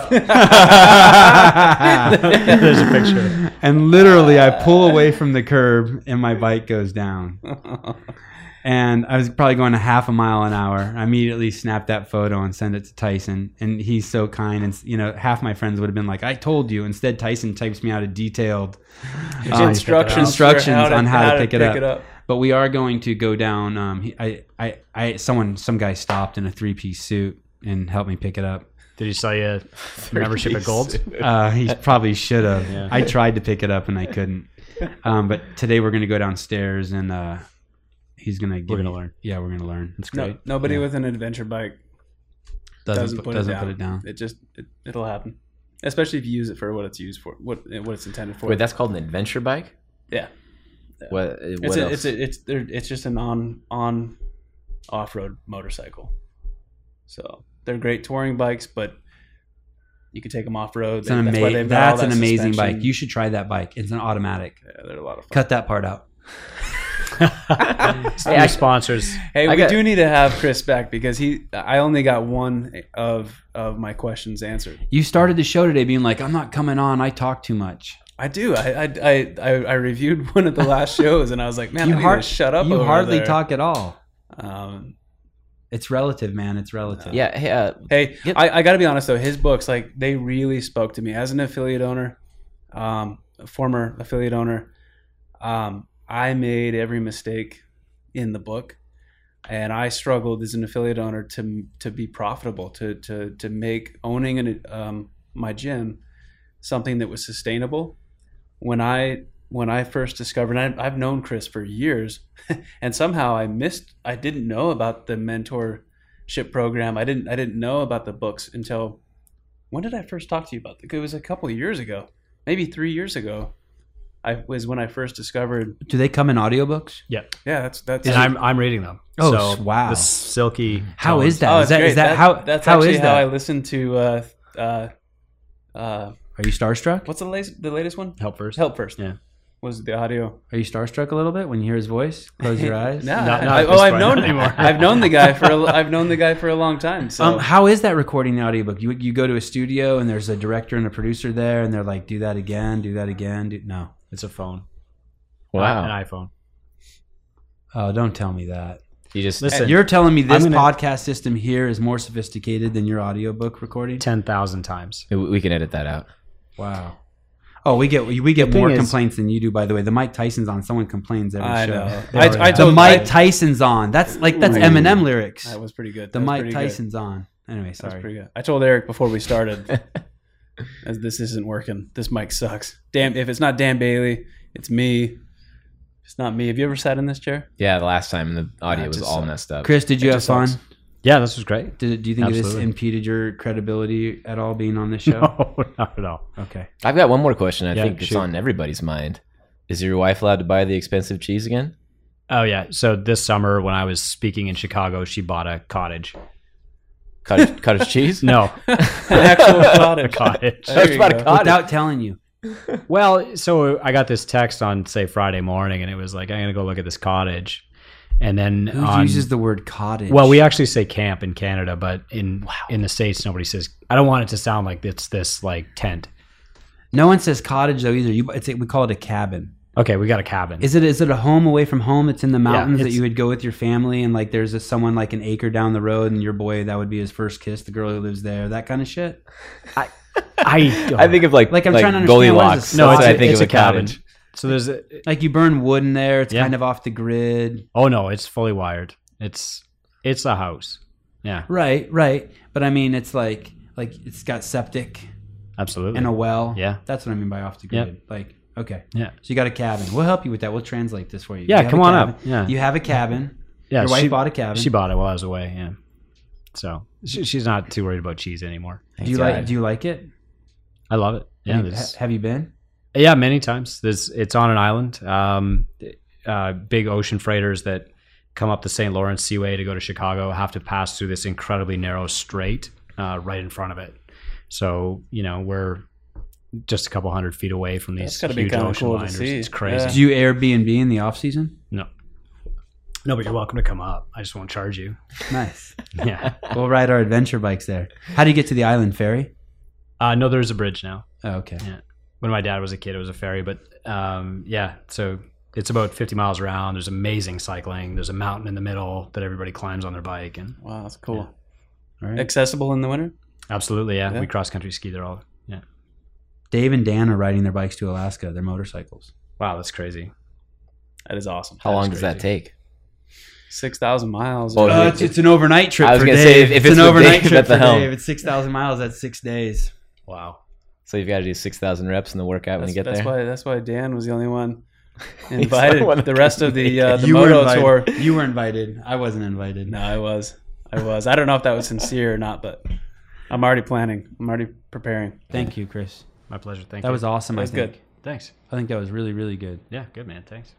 Oh.
*laughs*
There's a picture.
And literally, I pull away from the curb, and my bike goes down. And I was probably going a half a mile an hour. I immediately snapped that photo and sent it to Tyson, and he's so kind. And you know, half my friends would have been like, "I told you." Instead, Tyson types me out a detailed um,
instructions,
instructions
for
on how, to, pick, it, up.
It up.
But we are going to go down. Um, he, I, I, I, someone, some guy stopped in a three piece suit and helped me pick it up.
Did he sell you a membership at Gold's? *laughs*
Uh, he probably should have.
Yeah.
I tried to pick it up and I couldn't. Um, but today we're gonna go downstairs and uh, he's gonna. Give
We're gonna
me-
learn.
Yeah, we're gonna learn. It's
No, nobody with an adventure bike
doesn't,
doesn't, put,
doesn't
it down.
put it down.
It just it, it'll happen, especially if you use it for what it's used for, what what it's intended for.
Wait, that's called an adventure bike.
Yeah.
What? What
it's a,
else?
it's a, it's there, it's just an on on off road motorcycle. So they're great touring bikes, but You can take them off road.
It's an
why
amazing.
they've got all
That's an
that
amazing
suspension.
bike. You should try that bike. It's an automatic.
yeah, they're a lot of fun.
Cut that part out.
Some
I-
sponsors.
Hey,
I
we
got-
do need to have Chris back because he. I only got one of of my questions answered.
You started the show today being like, "I'm not coming on. I talk too much."
I do. I I I, I, I reviewed one of the last
*laughs*
shows and I was like, man,
You
I need
har-
to shut up.
You
over
hardly
there.
talk at all.
Um,
It's relative, man. It's relative.
Yeah. Hey, uh,
hey,
Yep.
I, I got to be honest though. His books, like they really spoke to me as an affiliate owner, um, a former affiliate owner. Um, I made every mistake in the book, and I struggled as an affiliate owner to to be profitable, to to to make owning an, um, my gym something that was sustainable. When I when I first discovered, and I, I've known Chris for years, *laughs* and somehow I missed, I didn't know about the mentorship program. I didn't, I didn't know about the books until when did I first talk to you about? The, it was a couple of years ago, maybe three years ago. I was when I first discovered.
Do they come in audiobooks?
Yeah, that's that's.
And I'm, I'm reading them.
Oh, s- wow.
The silky.
How
tones.
is that? Is that, is that, how?
Oh, That's
how
actually
is that?
how I listened to. Uh, uh, uh,
Are you starstruck?
what's the latest? The latest one?
Help first.
Help first.
Yeah.
Was the audio?
Are you starstruck a little bit when you hear his voice? Close
*laughs*
your eyes. Um,
No,
Not-
I-
not
I-
at
oh,
this
I've
*laughs*
point
known
anymore.
I've known the guy for. A, I've known the guy for a long time. So
Um, how is that recording the audiobook? You you go to a studio and there's a director and a producer there, and they're like, "Do that again, do that again." Do, no,
It's a phone.
wow.
An iPhone.
oh, don't tell me that.
you just
Listen. *laughs*
You're telling me this
I'm gonna-
podcast system here is more sophisticated than your audiobook recording?
10,000 times.
We- We can edit that out.
Wow. Oh, we get we get
The thing
more
is-
complaints than you do. By the way, the Mike Tyson's on. Someone complains every
I
show.
know.
They
I-
already
I
know. the
told-
Mike
I-
Tyson's on. That's like that's
Ooh.
Eminem lyrics.
that was pretty good.
the
That was
Mike
pretty good.
Tyson's on. Anyway,
That's
sorry.
pretty good. I told Eric before we started, *laughs* as this isn't working. This mic sucks. Damn, if it's not Dan Bailey, it's me. It's not me. Have you ever sat in this chair?
Yeah, the last time the audio
That
was
just
all
sucked.
messed up.
uh, Chris, did you have fun?
Yeah, this was great.
Did it, do you think this
Absolutely.
impeded your credibility at all being
*laughs*
on this show?
No, Oh, not at all.
Okay.
I've got one more question. I
Yeah,
think it's
shoot.
on everybody's mind. Is your wife allowed to buy the expensive cheese again?
Oh, yeah. So this summer when I was speaking in Chicago, she bought a cottage.
*laughs*
Cottage, cottage
*laughs*
cheese? *laughs*
No,
An
*laughs*
actual
a
cottage.
cottage.
There
That's
you
about
go.
a cottage.
Without telling you.
Well, so I got this text on say Friday morning, and it was like, "I'm gonna go look at this cottage," and then
Who
on,
uses the word cottage?
well, we actually say camp in Canada, but in in the states, nobody says. I don't want it to sound like it's this like tent.
no one says cottage though either. You, it's a, we call it a cabin.
Okay, we got a cabin.
Is it is it a home away from home? It's in the mountains that
it's-
you would go with your family, and like there's a, someone like an acre down the road, and your boy that would be his first kiss, the girl who lives there, that kind of shit. *laughs*
I
I think of like
Like, I'm trying to understand what is
Goldilocks.
a
no,
cottage.
it's,
That's what
a,
I think
it's
of
a cabin.
cottage.
So there's a,
Like you burn wood in there, it's
Yeah.
kind of off the grid.
oh no, it's fully wired. It's it's a house. Yeah,
Right, right. But I mean, it's like like it's got septic
absolutely.
and a well.
yeah,
that's what I mean by off the
Yeah.
grid. Like okay,
Yeah.
So you got a cabin. We'll help you with that. We'll translate this for you. You
yeah.
have
Come
a
on
cabin.
up. Yeah,
You have a cabin.
yeah.
Your wife
she-
bought a cabin.
She bought it while I was away. Yeah. So she, she's not too worried about cheese anymore.
do you
Thank
like?
God.
Do you like it?
I love it. Yeah.
have, you,
there's-
ha- have you been?
yeah. Many times. There's, it's on an island. Um, uh, big ocean freighters that come up the St. Lawrence Seaway to go to Chicago have to pass through this incredibly narrow strait uh, right in front of it. So, you know, we're just a couple hundred feet away from these
That's gotta be
huge
kinda
ocean
cool to
liners.
see.
It's crazy.
Do you Airbnb in the off season?
No, but you're welcome to come up. I just won't charge
*laughs*
you.
Nice.
Yeah.
*laughs* we'll ride our adventure bikes there. How do you get to the island ferry?
uh, no, there's a bridge now.
Oh, okay.
when my dad was a kid, it was a ferry, but um, yeah, so it's about 50 miles around. There's amazing cycling. There's a mountain in the middle that everybody climbs on their bike. And
Wow, that's cool.
All right.
Accessible in the winter.
absolutely, yeah,
Yeah.
we cross country ski there all. Yeah.
Dave and Dan are riding their bikes to Alaska. Their motorcycles.
Wow, that's crazy.
That is awesome.
How long does that take?
Six thousand miles.
Well, Uh, it's-
it's, an overnight trip.
I was
for
gonna
Dave.
say, if- if
it's
it's
an
with
overnight
Dave
trip
at the
for
helm.
Dave, it's six thousand miles. That's six days.
Wow.
So you've got to do 6,000 reps in the workout when
that's
you get
that's
there?
why. That's why Dan was the only
*laughs*
one
the
invited.
one that
the rest of the uh, the
you were
moto
invited.
tour.
You were invited. I wasn't invited.
No, I was. I was. I don't know if that was sincere or not, but I'm already planning. I'm already preparing.
Thank you, Chris.
My pleasure. Thank
That
you.
was awesome.
That was
I think.
good.
Thanks.
I think that was really, really good.
Yeah, good man. Thanks.